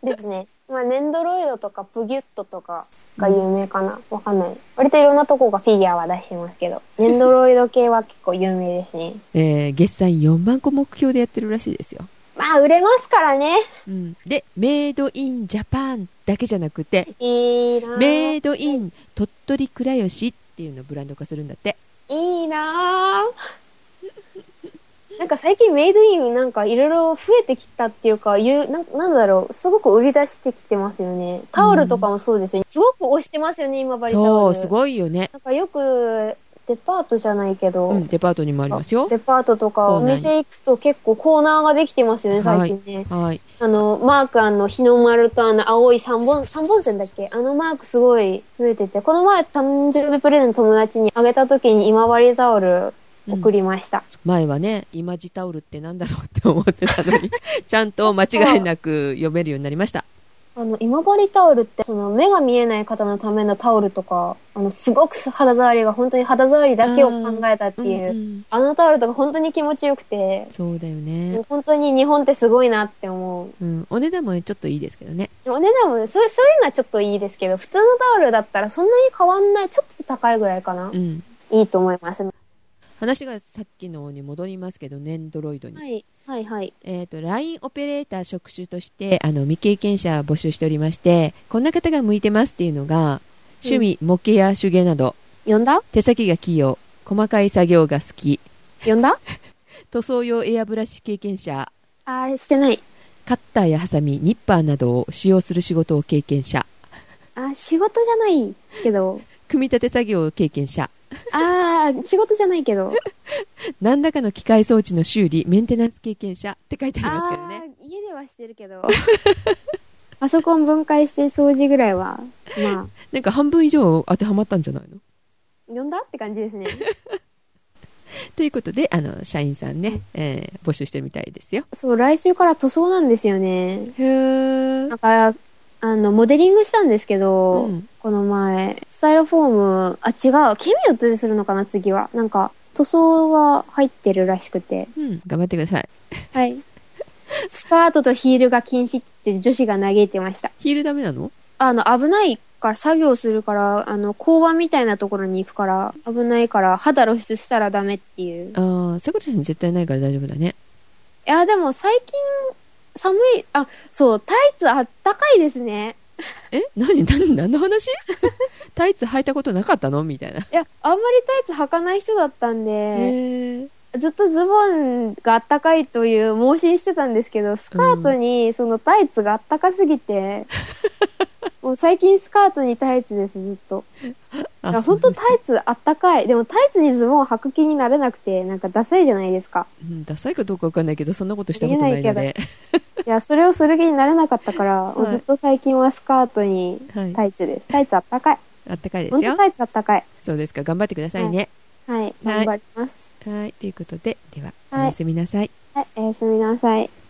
[SPEAKER 2] ですね。 まあ、ネンドロイドとかプギュットとかが有名かな。わかんない。割といろんなとこがフィギュアは出してますけど、ネンドロイド系は結構有名ですね。
[SPEAKER 1] えー月産4万個目標でやってるらしいですよ、
[SPEAKER 2] まあ、売れますからね。
[SPEAKER 1] うん、でメイドインジャパンだけじゃなくて
[SPEAKER 2] いいな
[SPEAKER 1] メ
[SPEAKER 2] ぁ
[SPEAKER 1] イドイン鳥取倉吉っていうのをブランド化するんだって
[SPEAKER 2] いいなぁなんか最近メイドインなんかいろいろ増えてきたっていうか、いうなんなんだろう、すごく売り出してきてますよね。タオルとかもそうですよね。すごく押してますよね、今バリタオル。
[SPEAKER 1] そうすごいよね、
[SPEAKER 2] なんかよく、デパートじゃないけど、
[SPEAKER 1] うん、デパートにもありますよ
[SPEAKER 2] デパートとか
[SPEAKER 1] コー
[SPEAKER 2] お
[SPEAKER 1] ナーに
[SPEAKER 2] 店行くと結構コーナーができてますよね、
[SPEAKER 1] はい
[SPEAKER 2] 最近ね。
[SPEAKER 1] はい
[SPEAKER 2] あの、マークあの、日の丸とあの、青い3本、三本線だっけあのマークすごい増えてて、この前誕生日プレゼント友達にあげた時に今治タオル送りました。
[SPEAKER 1] 前はね今治タオルってなんだろうって思ってたのにちゃんと間違いなく読めるようになりました
[SPEAKER 2] あの、今治タオルって、その、目が見えない方のためのタオルとか、あの、すごく肌触りが、本当に肌触りだけを考えたっていう、
[SPEAKER 1] んん
[SPEAKER 2] あのタオルとか本当に気持ちよくて、
[SPEAKER 1] そうだよ
[SPEAKER 2] も
[SPEAKER 1] ね
[SPEAKER 2] う、本当に日本ってすごいなって思
[SPEAKER 1] う
[SPEAKER 2] う。
[SPEAKER 1] ん、お値段もちょっといいですけどね
[SPEAKER 2] お値段もね、そうそういうのはちょっといいですけど、普通のタオルだったらそんなに変わんない、ちょっと高いぐらいかな。
[SPEAKER 1] うん
[SPEAKER 2] いいと思います。は
[SPEAKER 1] 話がさっきのに戻りますけどネンドロイドに、
[SPEAKER 2] い、はい、はい。
[SPEAKER 1] えー、と LINE オペレーター職種としてあの未経験者募集しておりましてこんな方が向いてますっていうのが趣味、模型や手芸など
[SPEAKER 2] 呼んだ
[SPEAKER 1] 手先が器用細かい作業が好き
[SPEAKER 2] 呼んだ
[SPEAKER 1] 塗装用エアブラシ経験者
[SPEAKER 2] あー、してない。
[SPEAKER 1] カッターやハサミニッパーなどを使用する仕事を経験者
[SPEAKER 2] あー、仕事じゃないけ ど。
[SPEAKER 1] 組み立て作業を経験者
[SPEAKER 2] あー、仕事じゃないけど。
[SPEAKER 1] 何らかの機械装置の修理メンテナンス経験者って書いてありますけどね
[SPEAKER 2] あー家ではしてる けどパソコン分解して掃除ぐらいはまあ
[SPEAKER 1] なんか半分以上当てはまったんじゃないの
[SPEAKER 2] 呼んだって感じですね
[SPEAKER 1] ということであの社員さんね、えー募集してるみたいですよ
[SPEAKER 2] そう来週から塗装なんですよね
[SPEAKER 1] へえ
[SPEAKER 2] なんかあのモデリングしたんですけど、
[SPEAKER 1] うん
[SPEAKER 2] この前スタイロフォームあ違うケミを通するのかな次はなんか塗装が入ってるらしくて
[SPEAKER 1] うん、頑張ってください
[SPEAKER 2] はいスカートとヒールが禁止って女子が嘆いてました
[SPEAKER 1] ヒールダメなの
[SPEAKER 2] あの、危ないから、作業するから、あの、交番みたいなところに行くから、危ないから、肌露出したらダメっていう。い
[SPEAKER 1] ああさくらさん絶対ないから大丈夫だね
[SPEAKER 2] や、でも最近、寒い、あ、そう、タイツあったかいですね。
[SPEAKER 1] え何何何の話 タイツ履いたことなかったのみたいない
[SPEAKER 2] や、あんまりタイツ履かない人だったんで、
[SPEAKER 1] へえ
[SPEAKER 2] ずっとズボンがあったかいという盲信してたんですけど、スカートにそのタイツがあったかすぎ て、もう最近スカートにタイツです、ずっと。
[SPEAKER 1] あ
[SPEAKER 2] いや本当タイツあったかい。でもタイツにズボンを履く気になれなくて、なんかダサいじゃないで すか。
[SPEAKER 1] うんダサいかどうかわかんないけどそんなことしたことないの
[SPEAKER 2] 見えな
[SPEAKER 1] で
[SPEAKER 2] いいや、それをする気になれなかったから、
[SPEAKER 1] い
[SPEAKER 2] もうずっと最近はスカートに
[SPEAKER 1] はい、
[SPEAKER 2] タイツです。タイツあったかい。
[SPEAKER 1] あったかいで
[SPEAKER 2] 本
[SPEAKER 1] す
[SPEAKER 2] 当
[SPEAKER 1] よ
[SPEAKER 2] タイツあったかい。
[SPEAKER 1] そうですか頑張ってくださいね
[SPEAKER 2] はい、頑張ります。
[SPEAKER 1] はいということででは、
[SPEAKER 2] はい
[SPEAKER 1] おやすみなさい
[SPEAKER 2] はい、おやすみなさい。